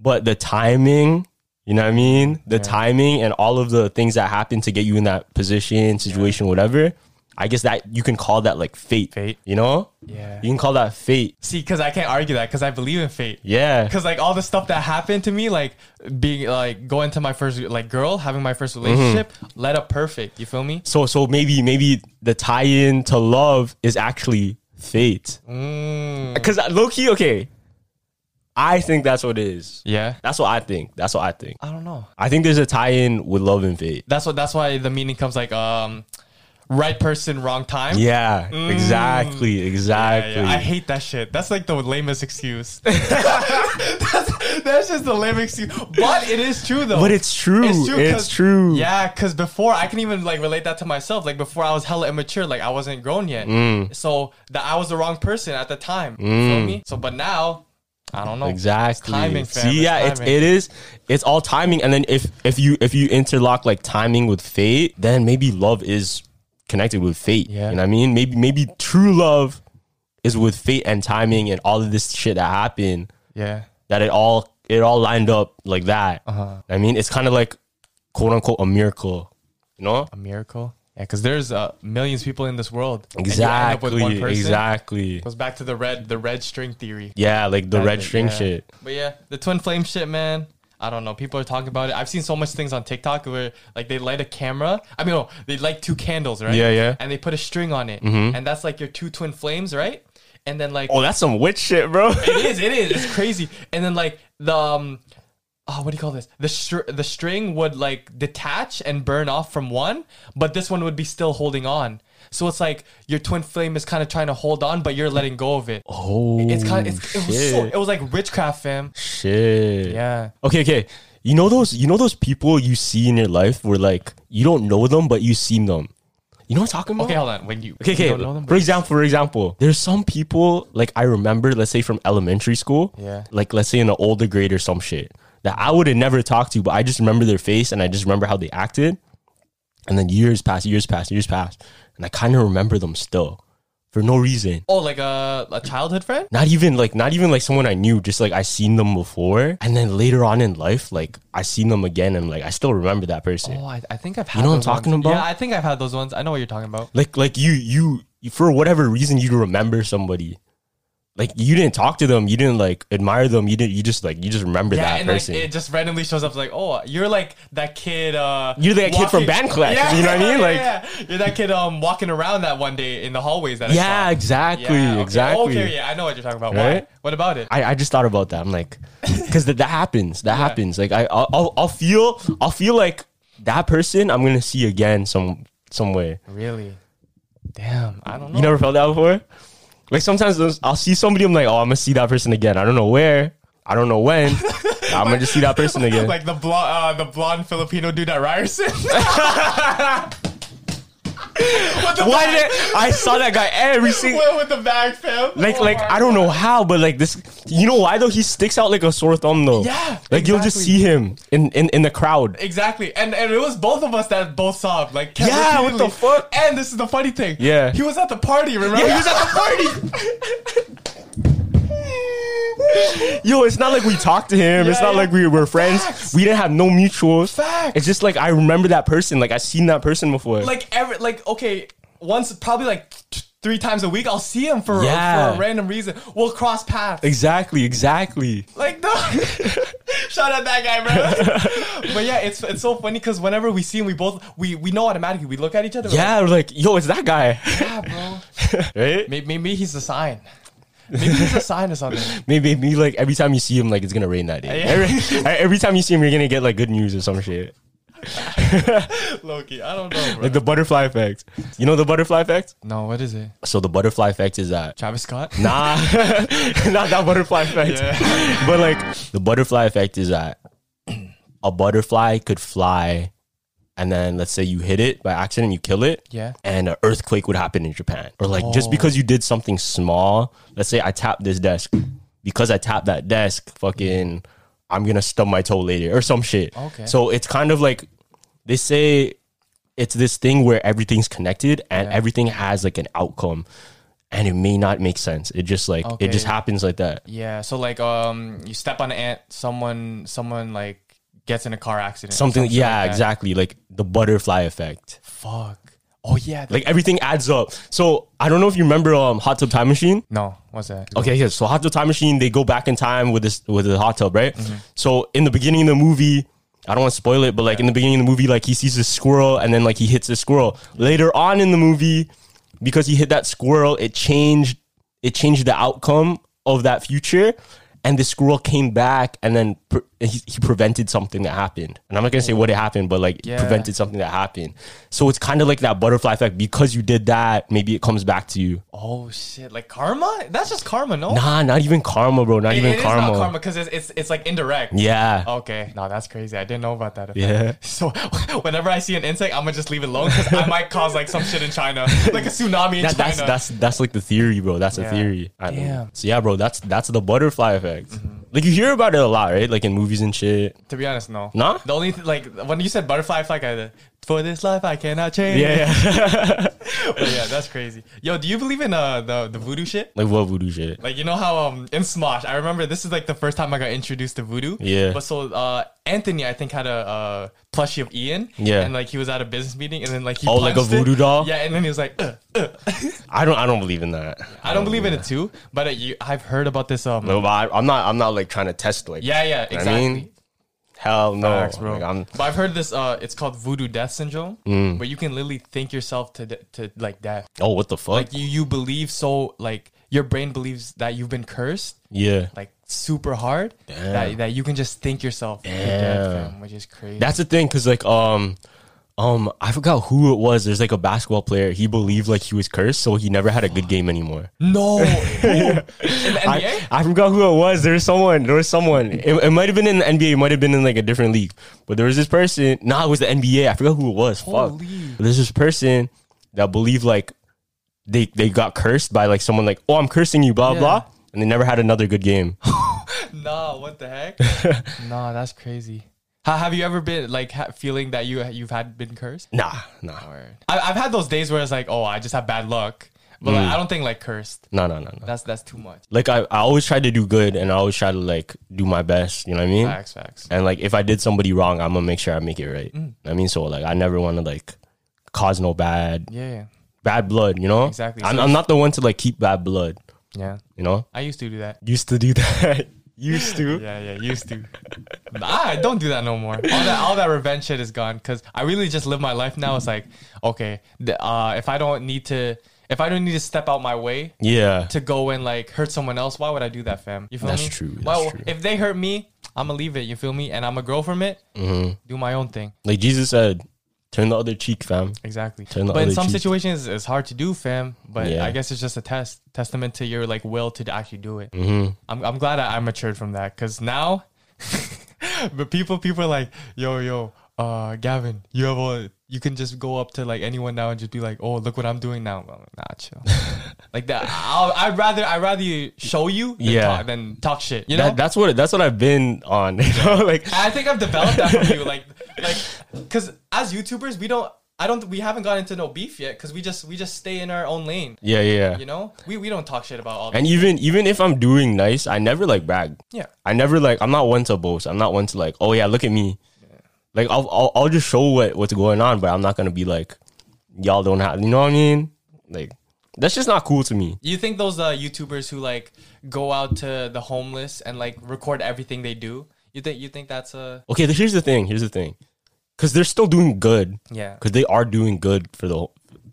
Speaker 2: but the timing, you know what I mean? The timing and all of the things that happen to get you in that position, situation, whatever. I guess that you can call that like fate.
Speaker 1: Fate.
Speaker 2: you know?
Speaker 1: Yeah.
Speaker 2: you can call that fate.
Speaker 1: see, because I can't argue that because I believe in fate.
Speaker 2: <laughs> Yeah,
Speaker 1: because like all the stuff that happened to me, like being like going to my first like girl, having my first
Speaker 2: Mm-hmm.
Speaker 1: relationship, led up perfect. You feel me?
Speaker 2: so so maybe maybe the tie-in to love is actually fate.
Speaker 1: Mm.
Speaker 2: Because low key, okay, I think that's what it is.
Speaker 1: Yeah.
Speaker 2: That's what I think. That's what I think.
Speaker 1: I don't know.
Speaker 2: I think there's a tie-in with love and fate.
Speaker 1: That's what. That's why the meaning comes like um, right person, wrong time.
Speaker 2: Yeah, exactly,
Speaker 1: Mm. Yeah,
Speaker 2: exactly.
Speaker 1: yeah. I hate that shit. That's like the lamest excuse. <laughs> that's, that's just the lamest excuse. But it is true though.
Speaker 2: But it's true. It's true.
Speaker 1: 'cause- Yeah, because before I can even like relate that to myself. Like before I was hella immature, like I wasn't grown yet.
Speaker 2: Mm.
Speaker 1: So that I was the wrong person at the time. You feel me? So but now I don't know.
Speaker 2: Exactly.
Speaker 1: timing, fam.
Speaker 2: See,
Speaker 1: It's
Speaker 2: yeah, it's,
Speaker 1: timing.
Speaker 2: it is. It's all timing. And then if if you if you interlock like timing with fate, then maybe love is connected with fate.
Speaker 1: Yeah.
Speaker 2: You know what I mean? Maybe maybe true love is with fate and timing and all of this shit that happened.
Speaker 1: Yeah.
Speaker 2: that it all it all lined up like that.
Speaker 1: Uh-huh.
Speaker 2: I mean, it's kind of like quote unquote a miracle, you know?
Speaker 1: A miracle. Yeah, because there's uh, millions of people in this world. and you end up with one
Speaker 2: Exactly,
Speaker 1: person.
Speaker 2: exactly.
Speaker 1: Goes back to the red, the red string theory.
Speaker 2: Yeah, like the red
Speaker 1: it,
Speaker 2: string
Speaker 1: yeah.
Speaker 2: shit.
Speaker 1: But yeah, the twin flame shit, man. I don't know. People are talking about it. I've seen so much things on TikTok where like they light a camera. I mean, no, they light two candles, right?
Speaker 2: Yeah, yeah. Mm-hmm.
Speaker 1: And they put a string on it, and that's like your two twin flames, right? And then like
Speaker 2: Oh, that's some witch shit, bro. <laughs>
Speaker 1: it is, it is, it's crazy. And then like the um, oh, what do you call this? The str- the string would like detach and burn off from one, but this one would be still holding on. So it's like your twin flame is kind of trying to hold on, but you're letting go of it.
Speaker 2: oh,
Speaker 1: It's kind of it's, it was so
Speaker 2: shit.
Speaker 1: it was like witchcraft, fam.
Speaker 2: shit.
Speaker 1: Yeah.
Speaker 2: Okay, okay. You know those you know those people you see in your life where like you don't know them but you've seen them. You know what I'm talking about?
Speaker 1: Okay, hold on. When you
Speaker 2: Oh. Okay,
Speaker 1: you
Speaker 2: okay.
Speaker 1: don't know them,
Speaker 2: for example, for example, there's some people like I remember, let's say from elementary school,
Speaker 1: Yeah.
Speaker 2: like let's say in an older grade or some shit that I would have never talked to, but I just remember their face and I just remember how they acted. And then years pass, years pass, years pass, and I kind of remember them still for no reason.
Speaker 1: oh, like a a childhood friend.
Speaker 2: Not even like not even like someone I knew, just like I seen them before, and then later on in life, like I seen them again, and like I still remember that person.
Speaker 1: Oh, I, I think I've had.
Speaker 2: know what I'm
Speaker 1: those
Speaker 2: talking
Speaker 1: ones.
Speaker 2: about?
Speaker 1: Yeah, I think I've had those ones. I know what you're talking about.
Speaker 2: like like you you you- for whatever reason you remember somebody like you didn't talk to them you didn't like admire them you didn't you just like you just remember
Speaker 1: Yeah,
Speaker 2: that
Speaker 1: and like,
Speaker 2: person
Speaker 1: it just randomly shows up. Like, oh, you're like that kid. uh
Speaker 2: You're that kid from band class, you know what I mean? Like-
Speaker 1: yeah, yeah. you're that kid um walking around that one day in the hallways. That I
Speaker 2: yeah
Speaker 1: saw.
Speaker 2: exactly
Speaker 1: Yeah, okay.
Speaker 2: exactly
Speaker 1: Okay, yeah, I know what you're talking about.
Speaker 2: Right?
Speaker 1: Why? What about it?
Speaker 2: I, I just thought about that i'm <laughs> like because that, that happens that happens like i I'll, I'll i'll feel i'll feel like that person i'm gonna see again some somewhere
Speaker 1: really? Damn, I don't know.
Speaker 2: you never felt that before like sometimes those- i'll see somebody i'm like oh i'm gonna see that person again i don't know where I don't know
Speaker 1: <laughs>
Speaker 2: when. I'm gonna just see that person again.
Speaker 1: Like the blonde, uh, the blonde Filipino dude at
Speaker 2: <laughs>
Speaker 1: Ryerson. <laughs> with the
Speaker 2: Why
Speaker 1: bag,
Speaker 2: did I, I saw that guy every single
Speaker 1: with, with the bag, fam.
Speaker 2: like
Speaker 1: Oh
Speaker 2: like
Speaker 1: my
Speaker 2: I don't know how, but like this, you know why though? He sticks out like a sore thumb though.
Speaker 1: Yeah,
Speaker 2: like you'll just
Speaker 1: exactly.
Speaker 2: see him in in in the crowd.
Speaker 1: Exactly, and and it was both of us that both sobbed. Like kept
Speaker 2: Yeah, what
Speaker 1: repeatedly.
Speaker 2: the fuck?
Speaker 1: And this is the funny thing.
Speaker 2: Yeah.
Speaker 1: he was at the party. Remember, he was at the <laughs> party.
Speaker 2: Yo, it's not like we talked to him. it's
Speaker 1: Yeah,
Speaker 2: not
Speaker 1: yeah.
Speaker 2: like we were friends.
Speaker 1: Facts.
Speaker 2: We didn't have no mutuals.
Speaker 1: Facts.
Speaker 2: It's just like I remember that person. Like I seen that person before.
Speaker 1: like every like okay, once probably like t- three times a week, I'll see him for
Speaker 2: Yeah.
Speaker 1: for a random reason. We'll cross paths.
Speaker 2: exactly, exactly.
Speaker 1: Like <laughs> no, shout out that guy, <laughs> bro. but yeah, it's it's so funny because whenever we see him, we both we we know automatically. We look at each other. we're
Speaker 2: Yeah, we're like yo, it's that guy, <laughs>
Speaker 1: like, yeah,
Speaker 2: right?
Speaker 1: bro. May- Maybe he's a sign. Maybe he's <laughs> a sign or something.
Speaker 2: Maybe me like every time you see him, like it's gonna rain that day.
Speaker 1: Yeah.
Speaker 2: Every, <laughs> every time you see him, you're gonna get like good news or some shit.
Speaker 1: Loki, I don't know, bro.
Speaker 2: Like the butterfly effect. You know the butterfly effect?
Speaker 1: no, what is it?
Speaker 2: So the butterfly effect
Speaker 1: <laughs>
Speaker 2: is that
Speaker 1: Travis Scott?
Speaker 2: Nah, <laughs> not that butterfly effect. <laughs> But like the butterfly effect is that <clears throat> a butterfly could fly, and then let's say you hit it by accident, you kill it,
Speaker 1: Yeah. Oh.
Speaker 2: and an earthquake would happen in Japan, or like just because you did something small. Let's say I tapped this desk, because I tapped that desk, fucking, I'm gonna stub my toe later or some shit.
Speaker 1: Okay.
Speaker 2: So it's kind of like they say it's this thing where everything's connected and everything has like an outcome and it may not make sense it just like
Speaker 1: Okay.
Speaker 2: it just happens like that
Speaker 1: Yeah, so like um you step on an ant, someone someone like gets in a car accident. or
Speaker 2: something
Speaker 1: some shit
Speaker 2: yeah
Speaker 1: like that.
Speaker 2: exactly like the butterfly effect
Speaker 1: Fuck. Oh yeah. that-
Speaker 2: like everything adds up so i don't know if you remember um hot tub time machine
Speaker 1: no, what's that?
Speaker 2: Okay, yeah. So hot tub time machine, they go back in time with this with the hot tub, right? So in the beginning of the movie, I don't want to spoil it, but like in the beginning of the movie, like he sees this squirrel and then like he hits the squirrel. Later on in the movie, because he hit that squirrel, it changed it changed the outcome of that future. And the squirrel came back, and then pre- he, he prevented something that happened. And I'm not gonna say what it happened, but like
Speaker 1: Yeah.
Speaker 2: prevented something that happened. So it's kind of like that butterfly effect. Because you did that, maybe it comes back to you.
Speaker 1: Oh shit. Like karma? That's just karma, no?
Speaker 2: Nah, not even karma, bro. Not
Speaker 1: It-
Speaker 2: even
Speaker 1: it is
Speaker 2: karma.
Speaker 1: not karma Oh, because it's, it's it's like indirect.
Speaker 2: Yeah.
Speaker 1: Okay. No, that's crazy. I didn't know about that. effect.
Speaker 2: Yeah.
Speaker 1: <laughs> So whenever I see an insect, I'm gonna just leave it alone because I might cause like some shit in China,
Speaker 2: <laughs>
Speaker 1: like a tsunami in
Speaker 2: That,
Speaker 1: China.
Speaker 2: that's that's that's like the theory, bro. That's
Speaker 1: Yeah.
Speaker 2: a theory. I
Speaker 1: Damn. Mm-hmm.
Speaker 2: So yeah, bro. That's that's the butterfly effect. Like you hear about it a lot, right? Like in movies and shit.
Speaker 1: To be honest, no.
Speaker 2: Nah?
Speaker 1: The only th- like when you said butterfly effect, I did, for this life I cannot change.
Speaker 2: Yeah, yeah.
Speaker 1: <laughs> But yeah, that's crazy. Yo, do you believe in uh the, the voodoo shit?
Speaker 2: like what voodoo shit?
Speaker 1: Like you know how um in Smosh, I remember this is like the first time I got introduced to voodoo.
Speaker 2: Yeah.
Speaker 1: But so uh Anthony I think had a uh plushie of Ian.
Speaker 2: Yeah.
Speaker 1: And like he was at a business meeting and then like he
Speaker 2: Oh, like a
Speaker 1: punched it.
Speaker 2: voodoo doll?
Speaker 1: Yeah, and then he was like, "Uh, uh."
Speaker 2: I don't I don't believe in that.
Speaker 1: I don't believe in it too, but uh, you, I've heard about this um
Speaker 2: Oh, No, but I, I'm not I'm not like trying to test like.
Speaker 1: yeah yeah
Speaker 2: You know
Speaker 1: exactly.
Speaker 2: what I mean, hell no.
Speaker 1: Facts, bro.
Speaker 2: Oh, Like, I'm, Mm.
Speaker 1: but I've heard this. Uh, it's called voodoo death syndrome, where you can literally think yourself to de- to like death.
Speaker 2: oh, what the fuck?
Speaker 1: Like you, you believe so. Like your brain believes that you've been cursed,
Speaker 2: yeah.
Speaker 1: like super hard. That that you can just think yourself to death, fam, which is crazy.
Speaker 2: That's the thing, cause like um um I forgot who it was. There's like a basketball player. He believed like he was cursed, so he never had a good game anymore. <laughs>
Speaker 1: no Who? in the NBA.
Speaker 2: I, I forgot who it was. There was someone. There was someone. It, it might have been in the NBA. It might have been in like a different league. But there was this person. Nah, it was the NBA. I forgot who it was. Fuck.
Speaker 1: Holy.
Speaker 2: But There's this person that believed like they they got cursed by like someone like oh I'm cursing you blah
Speaker 1: Yeah.
Speaker 2: blah and they never had another good game.
Speaker 1: nah, what the
Speaker 2: <laughs>
Speaker 1: heck? nah, that's crazy. Ha- have you ever been like ha- feeling that you you've had been cursed?
Speaker 2: nah nah
Speaker 1: I, I've had those days where it's like, oh, I just have bad luck. But
Speaker 2: Mm.
Speaker 1: like, I don't think like cursed.
Speaker 2: no no no no.
Speaker 1: That's that's too much.
Speaker 2: Like I I always try to do good and I always try to like do my best. You know what I mean?
Speaker 1: Facts, Mm. facts.
Speaker 2: And like if I did somebody wrong, I'm gonna make sure I make it right. I mean, so like I never want to like cause no bad
Speaker 1: Yeah,
Speaker 2: bad blood, you know?
Speaker 1: Exactly.
Speaker 2: I'm,
Speaker 1: So
Speaker 2: I'm not the one to like keep bad blood,
Speaker 1: yeah.
Speaker 2: you know?
Speaker 1: I used to do that.
Speaker 2: Used to do <laughs> that. Used to.
Speaker 1: Yeah, yeah, used <laughs> to. I don't do that no more. All that, all that revenge shit is gone. Cause I really just live my life now. It's like, okay, the, uh, if I don't need to, if I don't need to step out my way
Speaker 2: Yeah.
Speaker 1: to go and like hurt someone else, why would I do that, fam? You feel
Speaker 2: That's
Speaker 1: me?
Speaker 2: true, that's
Speaker 1: Well,
Speaker 2: true.
Speaker 1: if they
Speaker 2: Mm-hmm.
Speaker 1: hurt me, I'ma leave it. You feel me? And I'ma grow from it. Do my own thing.
Speaker 2: Like Jesus said, Turn the other cheek, fam.
Speaker 1: Exactly.
Speaker 2: Turn the
Speaker 1: but in
Speaker 2: other
Speaker 1: some
Speaker 2: cheek.
Speaker 1: situations, it's hard to do, fam. But
Speaker 2: Yeah.
Speaker 1: I guess it's just a test, testament to your like will to actually do it.
Speaker 2: Mm-hmm.
Speaker 1: I'm, I'm glad I, I matured from that because now, <laughs> but people people are like, yo yo, uh, Gavin, you have a you can just go up to like anyone now and just be like, oh look what I'm doing now. Well, nah,
Speaker 2: <laughs>
Speaker 1: chill. like that. I'll, I'd rather I would rather you show you than
Speaker 2: Yeah.
Speaker 1: talk, than talk shit. You know.
Speaker 2: That, that's what that's what I've been on. <laughs> You know, like
Speaker 1: I think I've developed that from you, like, like, because as YouTubers, we don't, I don't, we haven't gotten into no beef yet, because we just, we just stay in our own lane.
Speaker 2: yeah, yeah.
Speaker 1: You know, we we don't talk shit about all.
Speaker 2: And even even if I'm doing nice, I never like brag.
Speaker 1: Yeah.
Speaker 2: I never like I'm not one to boast. I'm not one to like, oh yeah, look at me. Like I'll, I'll I'll just show what what's going on, but I'm not gonna be like, y'all don't have. You know what I mean? Like that's just not cool to me.
Speaker 1: you think those uh, YouTubers who like go out to the homeless and like record everything they do? You think you think that's a
Speaker 2: Okay, th- here's the thing. Here's the thing. Cause they're still doing good.
Speaker 1: Yeah.
Speaker 2: Cause they are doing good for the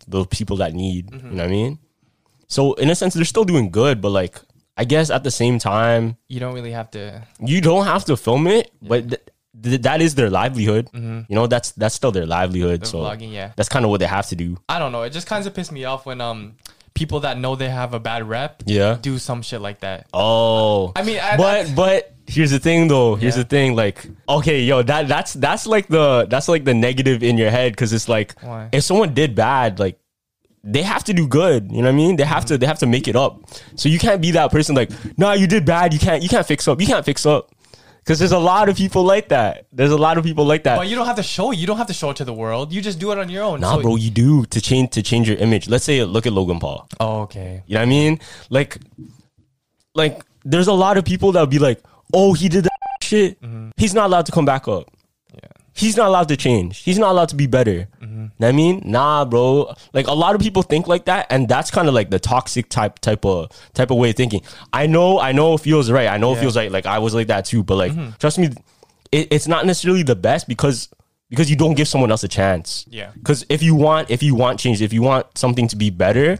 Speaker 2: the people that need.
Speaker 1: Mm-hmm.
Speaker 2: You know what I mean? So in a sense, they're still doing good, but like I guess at the same time,
Speaker 1: you don't really have to.
Speaker 2: you don't have to film it, but th- th- that is their livelihood. You know, that's that's still their livelihood. so
Speaker 1: Mm-hmm. vlogging, yeah.
Speaker 2: that's kind of what they have to do.
Speaker 1: I don't know. It just kind of pissed me off when um people that know they have a bad rep
Speaker 2: Yeah.
Speaker 1: do some shit like that.
Speaker 2: Oh,
Speaker 1: I mean, I-
Speaker 2: but but here's the thing though. Here's
Speaker 1: Yeah.
Speaker 2: the thing. Like, okay, yo, that that's that's like the that's like the negative in your head because it's like
Speaker 1: Why?
Speaker 2: if someone did bad, like they have to do good. You know what I mean? They
Speaker 1: Mm-hmm.
Speaker 2: have to they have to make it up. So you can't be that person like, nah, you did bad. You can't you can't fix up. You can't fix up. Because there's a lot of people like that. There's a lot of people like that.
Speaker 1: But you don't have to show. You don't have to show it to the world. You just do it on your own.
Speaker 2: Nah,
Speaker 1: So-
Speaker 2: bro, you do to change to change your image. Let's say look at Logan Paul.
Speaker 1: Oh, okay.
Speaker 2: You know what I mean? Like, like there's a lot of people that would be like, "Oh, he did that <laughs> shit. He's not allowed to come back up. He's not allowed to change. He's not allowed to be better." You know what I mean? Nah, bro. Like a lot of people think like that, and that's kind of like the toxic type type of type of way of thinking. I know, I know, it feels right. I know it feels right. Like I was like that too, but like, trust me, it, it's not necessarily the best because. Because you don't give someone else a chance.
Speaker 1: Yeah.
Speaker 2: Because if you want, if you want change, if you want something to be better,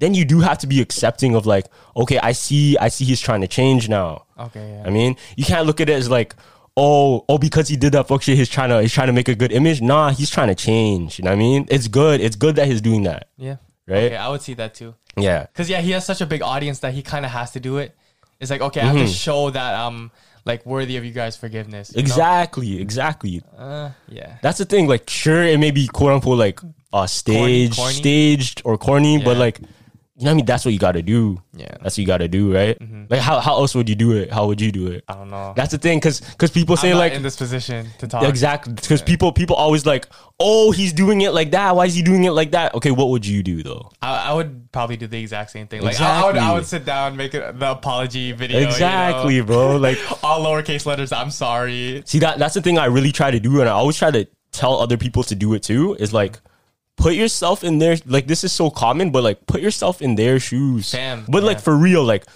Speaker 2: then you do have to be accepting of like, okay, I see, I see he's trying to change now.
Speaker 1: Okay, yeah.
Speaker 2: I mean, you can't look at it as like, oh, oh, because he did that fuck shit, he's trying to, he's trying to make a good image. Nah, he's trying to change. You know what I mean? It's good. It's good that he's doing that.
Speaker 1: Yeah.
Speaker 2: Right?
Speaker 1: Okay, I would see that too.
Speaker 2: Yeah.
Speaker 1: Cause yeah, he has such a big audience that he kind of has to do it. It's like okay, I
Speaker 2: Mm-hmm.
Speaker 1: have to show that I'm like worthy of you guys' forgiveness. you know? Uh,
Speaker 2: Exactly. Exactly.
Speaker 1: Yeah.
Speaker 2: That's the thing. Like, sure, it may be quote unquote like uh, staged,
Speaker 1: corny.
Speaker 2: staged or corny, but
Speaker 1: Yeah.
Speaker 2: like, you know what I mean? That's what you got to do.
Speaker 1: Yeah. Mm-hmm.
Speaker 2: That's what you got to do, right? Like, how, how else would you do it? How would you do it?
Speaker 1: I don't know.
Speaker 2: That's the thing, because because people
Speaker 1: I'm
Speaker 2: say
Speaker 1: not
Speaker 2: like
Speaker 1: in this position to talk.
Speaker 2: Exactly, because people people always like, oh, he's doing it like that. Why is he doing it like that? Okay, what would you do though?
Speaker 1: I, I would probably do the exact same thing. Like I, I would, I
Speaker 2: Exactly.
Speaker 1: would sit down, make it, the apology video. you know?
Speaker 2: exactly, bro. Like, <laughs>
Speaker 1: All lowercase letters. I'm sorry.
Speaker 2: see that that's the thing I really try to do, and I always try to tell other people to do it too. Is like, put yourself in their like. This is so common, but like, put yourself in their shoes.
Speaker 1: Damn,
Speaker 2: but like
Speaker 1: yeah.
Speaker 2: for real, like.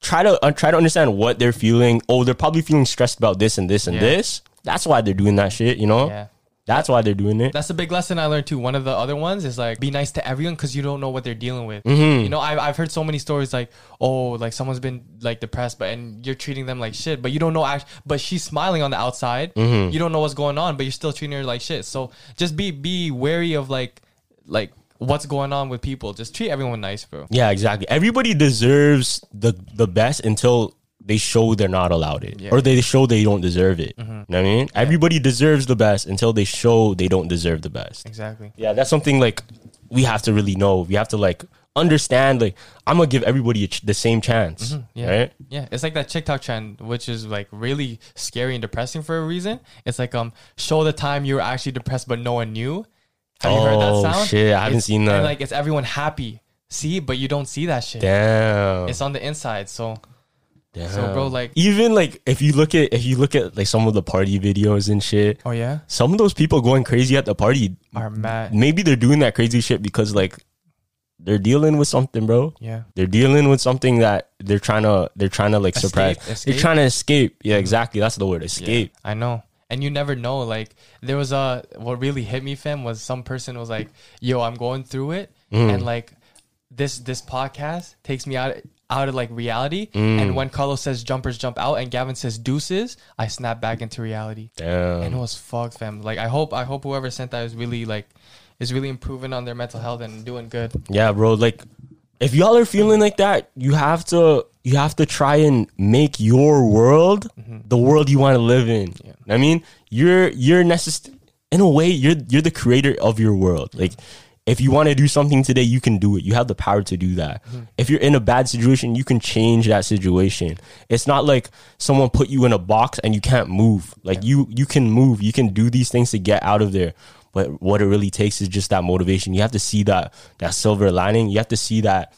Speaker 2: Try to uh, try to understand what they're feeling. Oh, they're probably feeling stressed about this and this and
Speaker 1: Yeah.
Speaker 2: this. That's why they're doing that shit. You know,
Speaker 1: Yeah.
Speaker 2: that's why they're doing it.
Speaker 1: That's a big lesson I learned too. One of the other ones is like be nice to everyone because you don't know what they're dealing with. You know, I've, I've heard so many stories like, oh, like someone's been like depressed, but and you're treating them like shit, but you don't know. Act- but she's smiling on the outside. You don't know what's going on, but you're still treating her like shit. So just be be wary of like like what's going on with people. Just treat everyone nice, bro.
Speaker 2: Yeah, exactly. Everybody deserves the the best until they show they're not allowed it, or they show they don't deserve it.
Speaker 1: Mm-hmm.
Speaker 2: You know what I mean? Everybody deserves the best until they show they don't deserve the best.
Speaker 1: Exactly.
Speaker 2: Yeah, that's something like we have to really know. We have to like understand. Like I'm gonna give everybody a ch- the same chance,
Speaker 1: Mm-hmm. Yeah.
Speaker 2: right?
Speaker 1: Yeah. It's like that TikTok trend, which is like really scary and depressing for a reason. It's like um show the time you were actually depressed but no one knew. Have you heard
Speaker 2: Oh,
Speaker 1: that sound?
Speaker 2: shit, I haven't
Speaker 1: It's-
Speaker 2: seen that.
Speaker 1: And like it's everyone happy. See, but you don't see that shit.
Speaker 2: Damn.
Speaker 1: It's on the inside. So
Speaker 2: Damn.
Speaker 1: so bro like
Speaker 2: even like if you look at if you look at like some of the party videos and shit,
Speaker 1: Oh yeah?
Speaker 2: some of those people going crazy at the party
Speaker 1: Are mad.
Speaker 2: maybe they're doing that crazy shit because like they're dealing with something, bro.
Speaker 1: Yeah.
Speaker 2: They're dealing with something that they're trying to they're trying to like
Speaker 1: Escape,
Speaker 2: surprise.
Speaker 1: escape.
Speaker 2: They're trying to escape. Yeah, exactly. That's the word. Escape.
Speaker 1: I know. And you never know. Like there was a what really hit me, fam, was some person was like, "Yo, I'm going through it, and like this this podcast takes me out out of like reality. And when Carlos says jumpers jump out and Gavin says deuces, I snap back into reality.
Speaker 2: Damn.
Speaker 1: And it was fucked, fam. Like I hope I hope whoever sent that is really like is really improving on their mental health and doing good.
Speaker 2: Yeah, bro. Like, if y'all are feeling like that, you have to you have to try and make your world the world you want to live in. I mean, you're you're necess- in a way you're you're the creator of your world. Like, if you want to do something today, you can do it. You have the power to do that. If you're in a bad situation, you can change that situation. It's not like someone put you in a box and you can't move. Like you you can move. You can do these things to get out of there but what it really takes is just that motivation you have to see that that silver lining you have to see that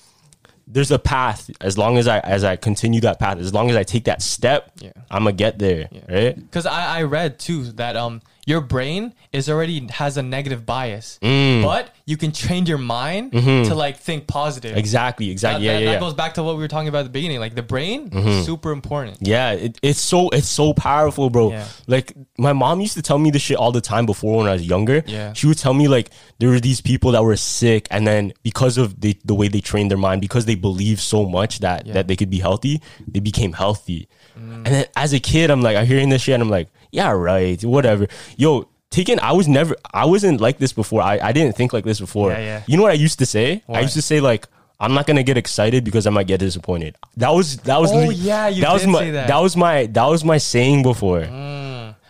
Speaker 2: there's a path as long as i as i continue that path as long as i take that step
Speaker 1: Yeah.
Speaker 2: i'm gonna get there right
Speaker 1: Because I, I read too that um your brain is already has a negative bias,
Speaker 2: Mm.
Speaker 1: but you can train your mind to like think positive.
Speaker 2: Mm-hmm. exactly
Speaker 1: That,
Speaker 2: exactly yeah
Speaker 1: that-
Speaker 2: yeah
Speaker 1: that
Speaker 2: yeah.
Speaker 1: goes back to what we were talking about at the beginning. Like the brain, super important.
Speaker 2: Yeah, it, it's so it's so powerful, bro.
Speaker 1: Yeah.
Speaker 2: Like my mom used to tell me this shit all the time before when I was younger.
Speaker 1: Yeah.
Speaker 2: She would tell me like there were these people that were sick and then because of the, the way they trained their mind, because they believed so much that that they could be healthy, they became healthy.
Speaker 1: Mm.
Speaker 2: And then as a kid, I'm like I'm hearing this shit and I'm like, yeah, right, whatever. Yo, taking I was never I wasn't like this before. I, I didn't think like this before.
Speaker 1: Yeah, yeah.
Speaker 2: You know what I used to say? I
Speaker 1: What?
Speaker 2: used to say like I'm not gonna get excited because I might get disappointed. That was that was
Speaker 1: Oh,
Speaker 2: literally-
Speaker 1: yeah, you
Speaker 2: that was
Speaker 1: did
Speaker 2: my
Speaker 1: say that. Mm.
Speaker 2: was my that was my saying before.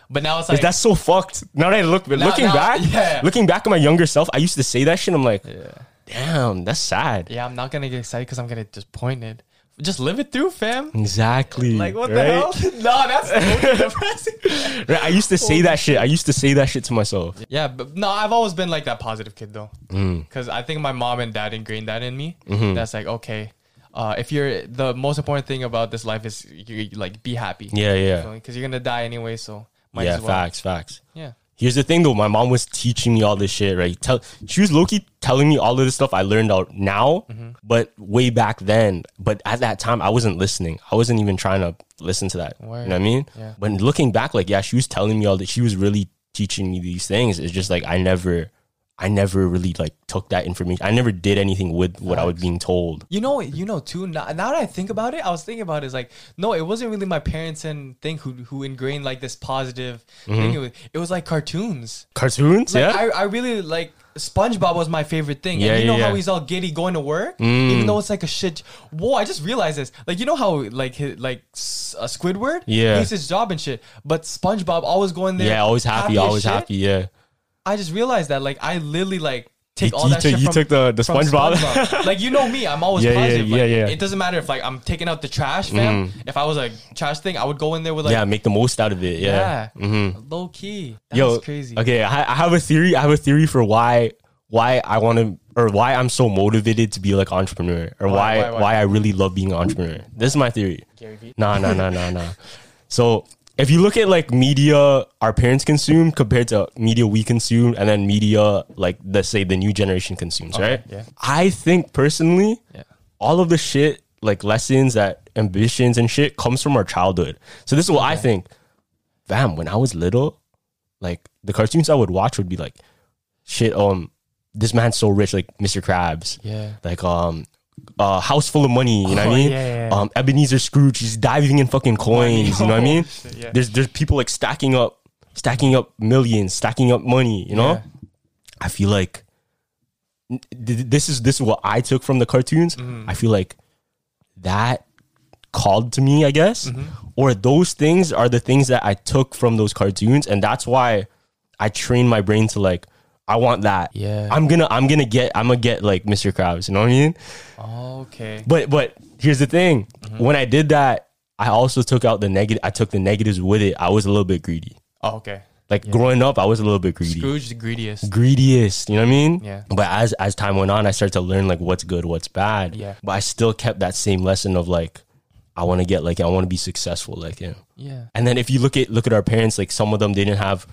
Speaker 1: But now it's
Speaker 2: Is
Speaker 1: like
Speaker 2: that so fucked? Now that I look looking
Speaker 1: now-
Speaker 2: back,
Speaker 1: yeah.
Speaker 2: looking back at my younger self, I used to say that shit. I'm like, damn, that's sad.
Speaker 1: yeah, I'm not gonna get excited because I'm gonna get disappointed. Just live it through, fam.
Speaker 2: Exactly.
Speaker 1: Like what the
Speaker 2: Mm. right?
Speaker 1: hell? <laughs> no,
Speaker 2: <laughs>
Speaker 1: that's totally depressing.
Speaker 2: Right, I used to say that shit. I used to say that shit to myself.
Speaker 1: Yeah, but no, I've always been like that positive kid though,
Speaker 2: Mm.
Speaker 1: because I think my mom and dad ingrained that in me.
Speaker 2: Mm-hmm.
Speaker 1: That's like okay, uh, if you're the most important thing about this life is you like be happy.
Speaker 2: Yeah, yeah.
Speaker 1: Because you're gonna die anyway, so might
Speaker 2: yeah,
Speaker 1: as well.
Speaker 2: facts, facts.
Speaker 1: Yeah.
Speaker 2: Here's the thing though, my mom was teaching me all this shit, right? Tell she was low key telling me all of this stuff I learned out now,
Speaker 1: Mm-hmm.
Speaker 2: but way back then. But at that time I wasn't listening. I wasn't even trying to listen to that. You know what I mean?
Speaker 1: Yeah.
Speaker 2: But looking back, like, yeah, she was telling me all that she was really teaching me these things. It's just like I never I never really like took that information. I never did anything with what I was being told.
Speaker 1: You know, you know too. Now, now that I think about it, I was thinking about it, it's like no, it wasn't really my parents and thing who who ingrained like this positive
Speaker 2: Mm-hmm.
Speaker 1: thing. It was, it was like cartoons.
Speaker 2: Cartoons?
Speaker 1: Like,
Speaker 2: yeah.
Speaker 1: I, I really like SpongeBob was my favorite thing.
Speaker 2: Yeah,
Speaker 1: and you
Speaker 2: yeah,
Speaker 1: know
Speaker 2: yeah. Mm.
Speaker 1: how he's all giddy going to work, even though it's like a shit. Whoa! I just realized this. Like you know how like his, like S- uh, Squidward,
Speaker 2: Yeah.
Speaker 1: hates his job and shit, but SpongeBob always going there.
Speaker 2: yeah, always happy,
Speaker 1: as
Speaker 2: always
Speaker 1: shit.
Speaker 2: happy, yeah.
Speaker 1: I just realized that. Like I literally like take
Speaker 2: You-
Speaker 1: all
Speaker 2: you
Speaker 1: that
Speaker 2: took-
Speaker 1: shit.
Speaker 2: you
Speaker 1: from,
Speaker 2: took the- the
Speaker 1: from
Speaker 2: SpongeBob? <laughs>
Speaker 1: like you know me, I'm always
Speaker 2: Yeah, yeah,
Speaker 1: positive. like,
Speaker 2: yeah, yeah.
Speaker 1: It doesn't matter if like I'm taking out the trash, fam. If I was a trash thing, I would go in there with like
Speaker 2: <laughs> yeah, make the most out of it.
Speaker 1: yeah, low key. That's crazy.
Speaker 2: Okay, I, I have a theory. I have a theory for why why I want to or why I'm so motivated to be like entrepreneur or why why,
Speaker 1: why, why?
Speaker 2: I really love being an entrepreneur. This is my theory. Nah, nah, nah, nah, nah. So if you look at like media our parents consume compared to media we consume and then media like let's say the new generation consumes, right?
Speaker 1: yeah.
Speaker 2: I think personally,
Speaker 1: Yeah.
Speaker 2: all of the shit like lessons that ambitions and shit comes from our childhood. So this is what I think. Bam, when I was little, like the cartoons I would watch would be like, shit, um, this man's so rich, like Mr. Krabs.
Speaker 1: Yeah. Oh,
Speaker 2: Like um uh house full of money, you know what I mean?
Speaker 1: yeah, yeah.
Speaker 2: Um Ebenezer Scrooge, he's diving in fucking coins, you know what I
Speaker 1: Oh,
Speaker 2: mean?
Speaker 1: <laughs> shit, yeah.
Speaker 2: There's there's people like stacking up stacking up millions, stacking up money, you know?
Speaker 1: Yeah.
Speaker 2: I feel like n- th- this is this is what I took from the cartoons.
Speaker 1: Mm.
Speaker 2: I feel like that called to me, I guess, or those things are the things that I took from those cartoons, and that's why I train my brain to like, I want that.
Speaker 1: Yeah.
Speaker 2: I'm gonna, I'm gonna get, I'm gonna get like Mr. Krabs. You know what I mean?
Speaker 1: Okay.
Speaker 2: But, but here's the thing: when I did that, I also took out the negative. I took the negatives with it. I was a little bit greedy.
Speaker 1: Oh, okay.
Speaker 2: Like growing up, I was a little bit greedy
Speaker 1: Scrooge the greediest.
Speaker 2: greediest. You know what I mean?
Speaker 1: Yeah.
Speaker 2: But as as time went on, I started to learn like what's good, what's bad.
Speaker 1: Yeah.
Speaker 2: But I still kept that same lesson of like, I want to get like I want to be successful like him.
Speaker 1: Yeah.
Speaker 2: And then if you look at look at our parents, like some of them they didn't have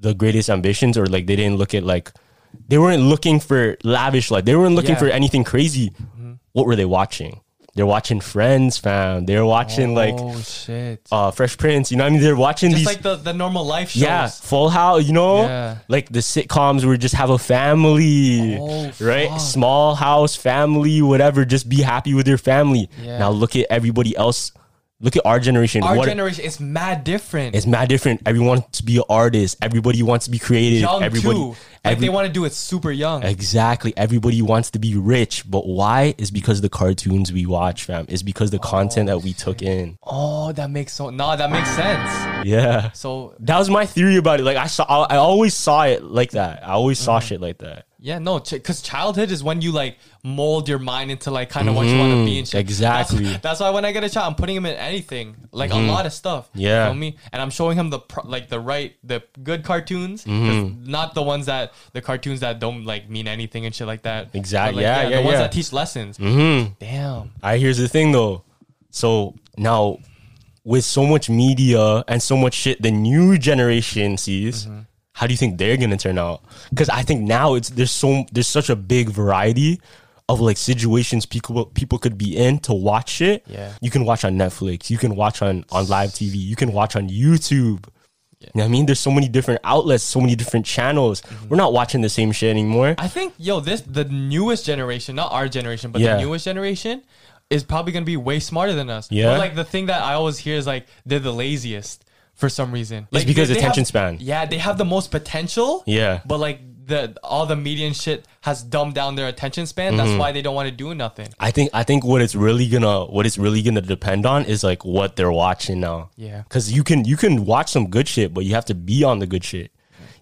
Speaker 2: the greatest ambitions or like they didn't look at like they weren't looking for lavish life. They weren't looking
Speaker 1: Yeah. Mm-hmm.
Speaker 2: for anything crazy. What were they watching? They're watching Friends, fam. They're watching like
Speaker 1: oh shit.
Speaker 2: uh Fresh Prince. You know what I mean? They're watching
Speaker 1: Just
Speaker 2: these
Speaker 1: like the, the normal life shows.
Speaker 2: yeah, Full House, you know?
Speaker 1: Yeah.
Speaker 2: Like the sitcoms where you just have a family,
Speaker 1: Oh,
Speaker 2: right?
Speaker 1: fuck.
Speaker 2: Small house, family, whatever. Just be happy with your family.
Speaker 1: Yeah.
Speaker 2: Now look at everybody else. Look at our generation.
Speaker 1: Our
Speaker 2: What-
Speaker 1: generation is mad different.
Speaker 2: it's mad different. Everyone wants to be an artist. Everybody wants to be creative.
Speaker 1: young
Speaker 2: everybody,
Speaker 1: too. Like
Speaker 2: every-
Speaker 1: they want to do it super young.
Speaker 2: Exactly. Everybody wants to be rich, but why? Is because the cartoons we watch, fam. It's because the content that we took in.
Speaker 1: oh, that makes so nah, that makes sense.
Speaker 2: Yeah.
Speaker 1: So
Speaker 2: That was my theory about it. Like I saw, I I always saw it like that. I always
Speaker 1: Mm.
Speaker 2: saw shit like that.
Speaker 1: yeah, no, because childhood is when you like mold your mind into like kind of what you want to be and shit.
Speaker 2: Mm,
Speaker 1: <laughs>
Speaker 2: exactly. Mm-hmm.
Speaker 1: That's, that's why when I get a child, I'm putting him in anything, like a lot of stuff.
Speaker 2: Yeah.
Speaker 1: You know me, and I'm showing him the pro- like the right, the good cartoons, 'cause
Speaker 2: Mm-hmm.
Speaker 1: not the ones that the cartoons that don't like mean anything and shit like that. But,
Speaker 2: Exact-
Speaker 1: like,
Speaker 2: yeah, yeah,
Speaker 1: the ones
Speaker 2: yeah.
Speaker 1: that teach lessons. Mm-hmm. Damn.
Speaker 2: All right, here's the thing though. So now, with so much media and so much shit, the new generation sees. How do you think they're gonna turn out? Because I think now it's there's so there's such a big variety of like situations people people could be in to watch it.
Speaker 1: Yeah.
Speaker 2: you can watch on Netflix, you can watch on on live TV, you can watch on YouTube. You know what I mean, there's so many different outlets, so many different channels. We're not watching the same shit anymore.
Speaker 1: I think yo, this the newest generation, not our generation, but
Speaker 2: Yeah.
Speaker 1: the newest generation is probably gonna be way smarter than us.
Speaker 2: Yeah.
Speaker 1: But like the thing that I always hear is like they're the laziest for some reason. Like,
Speaker 2: because
Speaker 1: they- they
Speaker 2: attention
Speaker 1: have-
Speaker 2: span.
Speaker 1: Yeah, they have the most potential.
Speaker 2: Yeah.
Speaker 1: But like the all the media and shit has dumbed down their attention span. That's
Speaker 2: Mm-hmm.
Speaker 1: why they don't want to do nothing.
Speaker 2: I think I think what it's really gonna what it's really gonna depend on is like what they're watching now.
Speaker 1: Yeah.
Speaker 2: Cause you can you can watch some good shit, but you have to be on the good shit.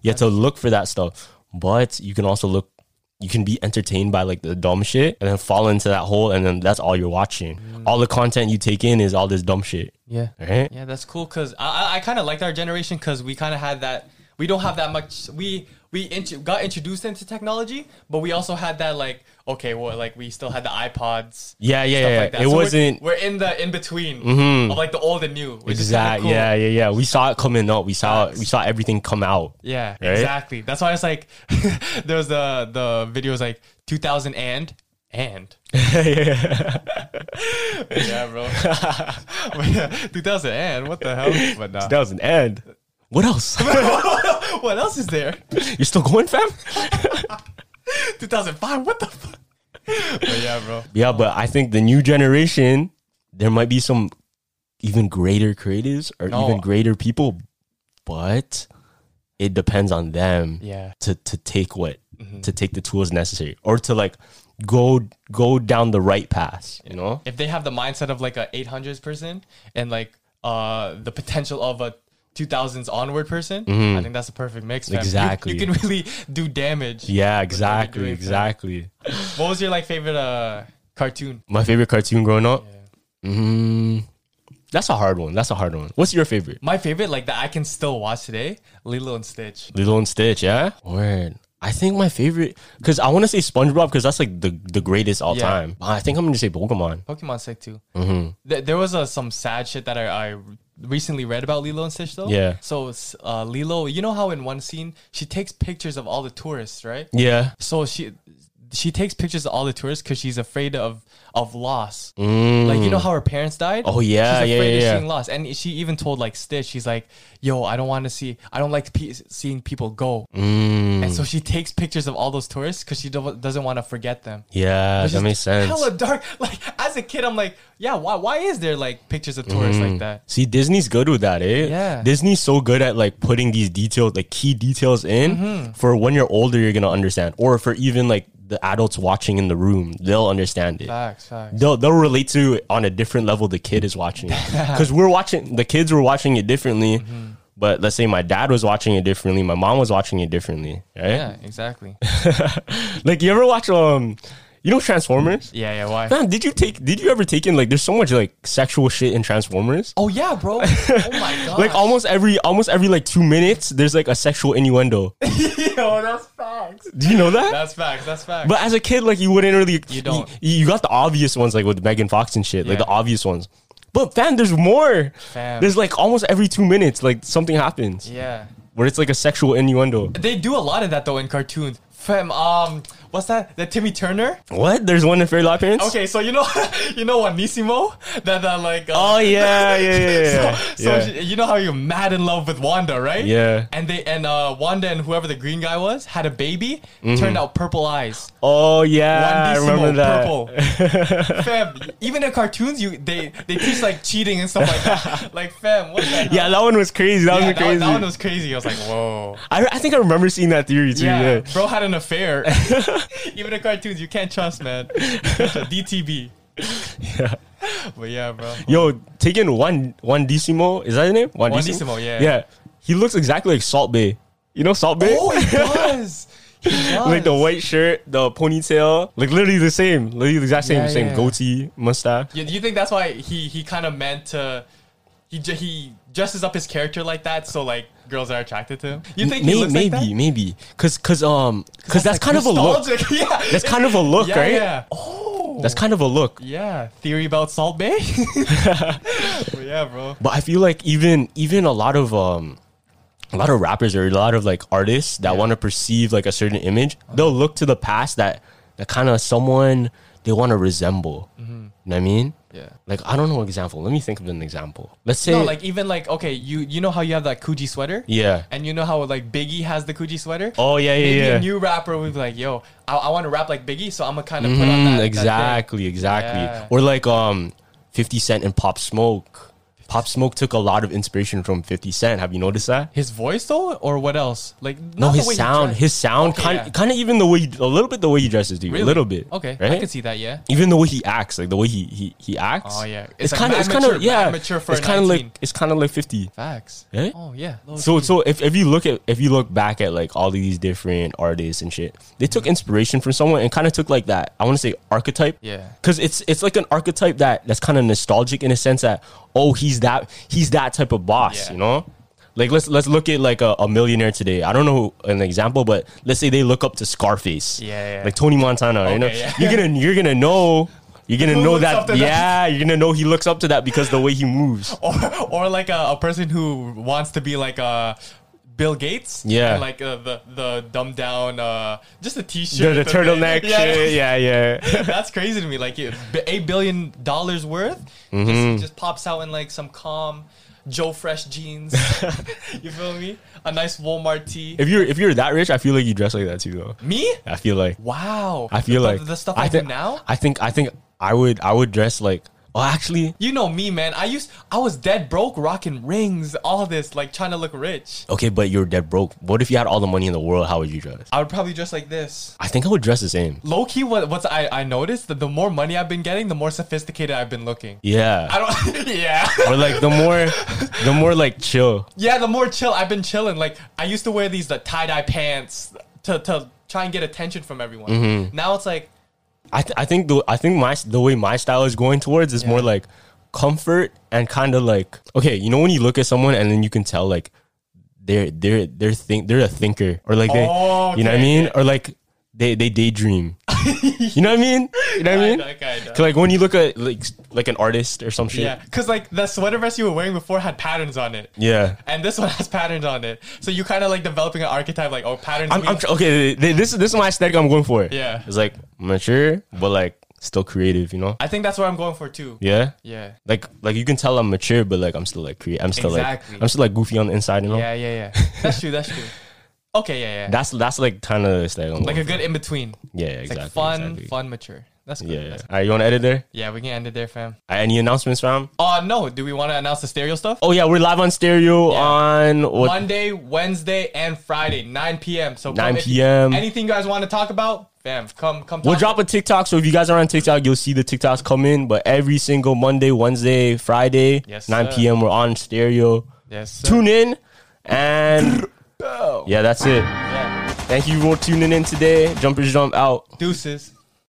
Speaker 2: You have to look for that stuff. But you can also look you can be entertained by like the dumb shit and then fall into that hole and then that's all you're watching. All the content you take in is all this dumb shit.
Speaker 1: Mm. Yeah.
Speaker 2: Right?
Speaker 1: Yeah, that's cool because I, I- I kind of liked our generation because we kind of had that. We don't have that much. We we int- got introduced into technology, but we also had that like okay, well, like we still had the iPods.
Speaker 2: Yeah, yeah,
Speaker 1: stuff
Speaker 2: yeah.
Speaker 1: like that.
Speaker 2: it
Speaker 1: So we're-
Speaker 2: wasn't Mm-hmm.
Speaker 1: We're, in the in between of like the old and new. Which is kinda
Speaker 2: exact
Speaker 1: cool.
Speaker 2: yeah, yeah, yeah. We saw it coming up. We saw we saw everything come out. <laughs>
Speaker 1: Yeah,
Speaker 2: Right?
Speaker 1: exactly. That's why it's like <laughs> there was the the videos like 2000 and and yeah, <laughs> bro. 2000 and what the hell? But nah.
Speaker 2: That was an end. What else?
Speaker 1: <laughs>
Speaker 2: <laughs>
Speaker 1: What else is there?
Speaker 2: You're still going, fam?
Speaker 1: 2005. What the fuck? But yeah, bro.
Speaker 2: Yeah, but I think the new generation, there might be some even greater creatives or
Speaker 1: No.
Speaker 2: even greater people, but it depends on them
Speaker 1: Yeah. Mm-hmm.
Speaker 2: to to take what to take the tools necessary or to like go go down the right path, you know?
Speaker 1: If they have the mindset of like a 800s person and like uh the potential of a 2000s onward person, I think that's a perfect mix. fam. You-
Speaker 2: Exactly.
Speaker 1: You, can really do damage.
Speaker 2: Yeah,
Speaker 1: with what you're
Speaker 2: exactly,
Speaker 1: doing, fam.
Speaker 2: exactly.
Speaker 1: What was your like favorite uh cartoon?
Speaker 2: My favorite cartoon growing up. Mm, that's a hard one. That's a hard one. What's your favorite?
Speaker 1: My favorite, like that I can still watch today, Lilo and Stitch.
Speaker 2: Lilo and Stitch, yeah. Word. I think my favorite, because I want to say SpongeBob, because that's like the the greatest all
Speaker 1: Yeah.
Speaker 2: time. But I think I'm gonna say Pokemon.
Speaker 1: Pokemon sick too. Mm-hmm. there was uh, some sad shit that I, I recently read about Lilo and Stitch though.
Speaker 2: Yeah.
Speaker 1: So it's, uh, Lilo, you know how in one scene she takes pictures of all the tourists, right?
Speaker 2: Yeah.
Speaker 1: So she she takes pictures of all the tourists because she's afraid of of loss. Like you know how her parents died.
Speaker 2: Mm. Oh, yeah,
Speaker 1: she's
Speaker 2: yeah,
Speaker 1: afraid
Speaker 2: yeah, yeah.
Speaker 1: of seeing loss. And she even told like Stitch, she's like, "Yo, I don't want to see. I don't like pe- seeing people go."
Speaker 2: Mm,
Speaker 1: And so she takes pictures of all those tourists because she do- doesn't want to forget them.
Speaker 2: Yeah,
Speaker 1: Which
Speaker 2: that
Speaker 1: is
Speaker 2: makes sense.
Speaker 1: Hella dark. <laughs> Like as a kid, I'm like, yeah, why? Why is there like pictures of tourists like that?
Speaker 2: See, Disney's good with that, eh?
Speaker 1: Yeah.
Speaker 2: Disney's so good at like putting these details, like key details in
Speaker 1: Mm-hmm.
Speaker 2: for when you're older, you're gonna understand, or for even like the adults watching in the room, they'll understand it.
Speaker 1: Facts, facts.
Speaker 2: They'll, they'll relate to it on a different level the kid is
Speaker 1: <laughs>
Speaker 2: watching because we're watching the kids were watching it differently
Speaker 1: Mm-hmm.
Speaker 2: but let's say my dad was watching it differently my mom was watching it differently right
Speaker 1: Yeah, exactly.
Speaker 2: like you ever watch um you know transformers
Speaker 1: Yeah, yeah. Why?
Speaker 2: <laughs> Man, did you take did you ever take in like there's so much like sexual shit in transformers
Speaker 1: Oh yeah, bro. Oh my god.
Speaker 2: <laughs> like almost every almost every like two minutes there's like a sexual innuendo
Speaker 1: <laughs>
Speaker 2: <laughs>
Speaker 1: yo, that's facts.
Speaker 2: do you know that
Speaker 1: That's facts. That's facts.
Speaker 2: But as a kid, like you wouldn't really.
Speaker 1: You don't.
Speaker 2: You, you got the obvious ones, like with Megan Fox and shit, like
Speaker 1: Yeah.
Speaker 2: the obvious ones. But fam, there's more.
Speaker 1: Fam.
Speaker 2: There's like almost every two minutes, like something happens
Speaker 1: yeah.
Speaker 2: where it's like a sexual innuendo.
Speaker 1: They do a lot of that though in cartoons. fam, um, what's that? The Timmy Turner?
Speaker 2: What? There's one in Fairy Light Parents?
Speaker 1: Okay, so you know, <laughs> you know what, Nisimo? That, that like, uh,
Speaker 2: Oh yeah, yeah, yeah, yeah.
Speaker 1: <laughs> so
Speaker 2: yeah.
Speaker 1: she- you know how you're mad in love with Wanda, right?
Speaker 2: Yeah.
Speaker 1: And they and uh, Wanda and whoever the green guy was had a baby. Turned out purple eyes.
Speaker 2: oh yeah, Mm-hmm. I
Speaker 1: Wandissimo,
Speaker 2: remember that.
Speaker 1: Purple.
Speaker 2: <laughs>
Speaker 1: fam, even in cartoons, you they they teach like cheating and stuff like
Speaker 2: <laughs>
Speaker 1: that. Like fam, what the hell?
Speaker 2: Yeah, that one was crazy. That
Speaker 1: Yeah,
Speaker 2: was
Speaker 1: that, one-
Speaker 2: crazy.
Speaker 1: that one was crazy. I was like, whoa.
Speaker 2: I, I think I remember seeing that theory too.
Speaker 1: Yeah,
Speaker 2: Yeah.
Speaker 1: bro had an
Speaker 2: <laughs>
Speaker 1: affair. <laughs> Even in cartoons, you can't trust, man. You can't trust. DTB.
Speaker 2: Yeah.
Speaker 1: <laughs> But yeah,
Speaker 2: <laughs>
Speaker 1: bro.
Speaker 2: Yo, taking one one Decimo, is that his name? One
Speaker 1: Wandissimo, yeah.
Speaker 2: Yeah. He looks exactly like Salt Bay. You know Salt Bay?
Speaker 1: Oh,
Speaker 2: <laughs>
Speaker 1: he does. He does.
Speaker 2: like the white shirt, the ponytail, like literally the same, literally the exact same,
Speaker 1: Yeah,
Speaker 2: same
Speaker 1: yeah.
Speaker 2: goatee, mustache.
Speaker 1: You, you think that's why he he kind of meant to he ju- he dresses up his character like that so like girls are attracted to him. You think he
Speaker 2: May-
Speaker 1: looks
Speaker 2: maybe,
Speaker 1: like that?
Speaker 2: maybe, cause, cause, um, cause that's, kind of a look.
Speaker 1: Nostalgic, <laughs> yeah.
Speaker 2: That's kind of a look,
Speaker 1: yeah,
Speaker 2: right?
Speaker 1: Yeah. Oh.
Speaker 2: That's kind of a look.
Speaker 1: yeah. Theory about Salt Bay. <laughs> but yeah, bro.
Speaker 2: But I feel like even, even a lot of, um, a lot of rappers or a lot of like artists that want to perceive like a certain image, they'll look to the past that, that kind of someone they want to resemble. You know what I mean?
Speaker 1: Mm-hmm. Yeah.
Speaker 2: Like I don't know example. Let me think of an example. Let's say
Speaker 1: No, like even like okay, you you know how you have that Kuji sweater?
Speaker 2: Yeah.
Speaker 1: And you know how like Biggie has the Kuji sweater?
Speaker 2: Oh, yeah, yeah,
Speaker 1: Maybe
Speaker 2: yeah.
Speaker 1: a new rapper would be like, yo, I, I want to rap like Biggie, so I'm gonna kind of put
Speaker 2: Mm-hmm,
Speaker 1: on that- that thing.
Speaker 2: exactly, exactly.
Speaker 1: Yeah.
Speaker 2: Or like um, Fifty Cent and Pop Smoke. Pop Smoke took a lot of inspiration from Fifty Cent. Have you noticed that?
Speaker 1: His voice though, or what else? Like
Speaker 2: No,
Speaker 1: not the
Speaker 2: his
Speaker 1: way he
Speaker 2: sound,
Speaker 1: dressed.
Speaker 2: his sound,
Speaker 1: Okay,
Speaker 2: kind
Speaker 1: yeah.
Speaker 2: kind of even the way, he- a little bit the way he dresses, dude,
Speaker 1: Really?
Speaker 2: a little bit.
Speaker 1: Okay,
Speaker 2: right?
Speaker 1: I can see that. Yeah.
Speaker 2: Even the way he acts, like the way he he, he acts.
Speaker 1: Oh, yeah.
Speaker 2: it's
Speaker 1: It's like
Speaker 2: kind of
Speaker 1: mad
Speaker 2: it's kind of
Speaker 1: mature-
Speaker 2: yeah,
Speaker 1: mad mature for
Speaker 2: it's
Speaker 1: a
Speaker 2: kind of
Speaker 1: 19.
Speaker 2: like it's kind of like Fifty.
Speaker 1: Facts.
Speaker 2: Eh?
Speaker 1: Oh yeah.
Speaker 2: So so if, if you look at if you look back at like all of these different artists and shit, they took
Speaker 1: Mm-hmm.
Speaker 2: inspiration from someone and kind of took like that. I want to say archetype.
Speaker 1: Yeah.
Speaker 2: Because it's it's like an archetype that that's kind of nostalgic in a sense that oh he's that he's that type of boss
Speaker 1: Yeah.
Speaker 2: you know. Like let's let's look at like a, a millionaire today. I don't know an example, but let's say they look up to Scarface.
Speaker 1: Yeah, yeah.
Speaker 2: Like Tony Montana. you know,
Speaker 1: Okay, yeah.
Speaker 2: you're gonna you're gonna know you're gonna
Speaker 1: Who
Speaker 2: know
Speaker 1: looks up
Speaker 2: that.
Speaker 1: to that?
Speaker 2: Yeah, you're gonna know he looks up to that because the way
Speaker 1: <laughs>
Speaker 2: he moves.
Speaker 1: <laughs> or, or like a, a person who wants to be like a. Bill Gates,
Speaker 2: Yeah.
Speaker 1: and like uh, the the dumbed down, uh, just a
Speaker 2: The,
Speaker 1: t-shirt,
Speaker 2: the
Speaker 1: with <laughs>
Speaker 2: turtleneck.
Speaker 1: Yeah,
Speaker 2: shit. yeah, yeah.
Speaker 1: that's crazy to me. Like you- b- eight billion dollars worth
Speaker 2: Mm-hmm.
Speaker 1: just, just pops out in like some calm Joe Fresh
Speaker 2: <laughs>
Speaker 1: jeans. you feel me? A nice Walmart tee.
Speaker 2: If you're if you're that rich, I feel like you dress like that too, though.
Speaker 1: me?
Speaker 2: I feel like
Speaker 1: Wow.
Speaker 2: I feel
Speaker 1: The-
Speaker 2: like
Speaker 1: the, stuff
Speaker 2: I
Speaker 1: I,
Speaker 2: think
Speaker 1: do now.
Speaker 2: I think I think I would I would dress like. Oh, actually,
Speaker 1: You know me, man. I used I was dead broke, rocking rings, all this, like trying to look rich.
Speaker 2: okay, but you're dead broke. What if you had all the money in the world? How would you dress?
Speaker 1: I would probably dress like this.
Speaker 2: I think I would dress the same.
Speaker 1: Low key, what what's I I noticed that the more money I've been getting, the more sophisticated I've been looking. I
Speaker 2: Yeah,
Speaker 1: don't. <laughs> yeah.
Speaker 2: or like the more, the more like chill.
Speaker 1: Yeah, the more chill I've been chilling. Like I used to wear these the tie dye pants to to try and get attention from everyone.
Speaker 2: Mm-hmm.
Speaker 1: Now it's like
Speaker 2: I th- I think the I think my the way my style is going towards is more like comfort and kind of like okay, you know when you look at someone and then you can tell like they're they're they're think they're a thinker or like they
Speaker 1: Oh,
Speaker 2: you know what I mean or like they
Speaker 1: <laughs>
Speaker 2: they daydream. you know what I mean? You know what I mean?
Speaker 1: Kinda, kinda.
Speaker 2: 'Cause, Like when you look at like like an artist or some shit.
Speaker 1: yeah, because like the sweater vest you were wearing before had patterns on it.
Speaker 2: Yeah.
Speaker 1: And this one <laughs> has patterns on it, so you kind of like developing an archetype, like oh patterns.
Speaker 2: I'm,
Speaker 1: mean-
Speaker 2: I'm tr- okay. th- th- This is this is my aesthetic I'm going for.
Speaker 1: Yeah.
Speaker 2: it's like mature, but like still creative. You know?
Speaker 1: I think that's what I'm going for too.
Speaker 2: Yeah.
Speaker 1: Yeah.
Speaker 2: like like you can tell I'm mature, but like I'm still like create. I'm still
Speaker 1: Exactly.
Speaker 2: like I'm still like goofy on the inside, you know.
Speaker 1: Yeah, yeah,
Speaker 2: <laughs>
Speaker 1: yeah. That's true. That's true. Okay, yeah, yeah.
Speaker 2: That's that's like kind of this thing.
Speaker 1: like a good in between.
Speaker 2: yeah,
Speaker 1: It's
Speaker 2: exactly.
Speaker 1: like fun,
Speaker 2: exactly.
Speaker 1: fun, mature. That's good.
Speaker 2: Yeah, yeah.
Speaker 1: That's-
Speaker 2: All right, you want to edit there?
Speaker 1: yeah, we can end it there, fam.
Speaker 2: All right, any announcements, fam?
Speaker 1: Uh no, do we want to announce the stereo stuff?
Speaker 2: Oh yeah, we're live on stereo
Speaker 1: Yeah.
Speaker 2: on what?
Speaker 1: Monday, Wednesday, and Friday, 9 p.m. So
Speaker 2: 9
Speaker 1: come if-
Speaker 2: p.m..
Speaker 1: Anything you guys want to talk about, fam, come come.
Speaker 2: We'll
Speaker 1: talk
Speaker 2: drop a TikTok, so if you guys are on TikTok, you'll see the TikToks come in. But every single Monday, Wednesday, Friday,
Speaker 1: Yes,
Speaker 2: 9
Speaker 1: sir.
Speaker 2: p.m. we're on stereo.
Speaker 1: Yes, sir.
Speaker 2: Tune in, and yeah, that's it.
Speaker 1: Yeah.
Speaker 2: Thank you for tuning in today. Jumpers jump out.
Speaker 1: Deuces.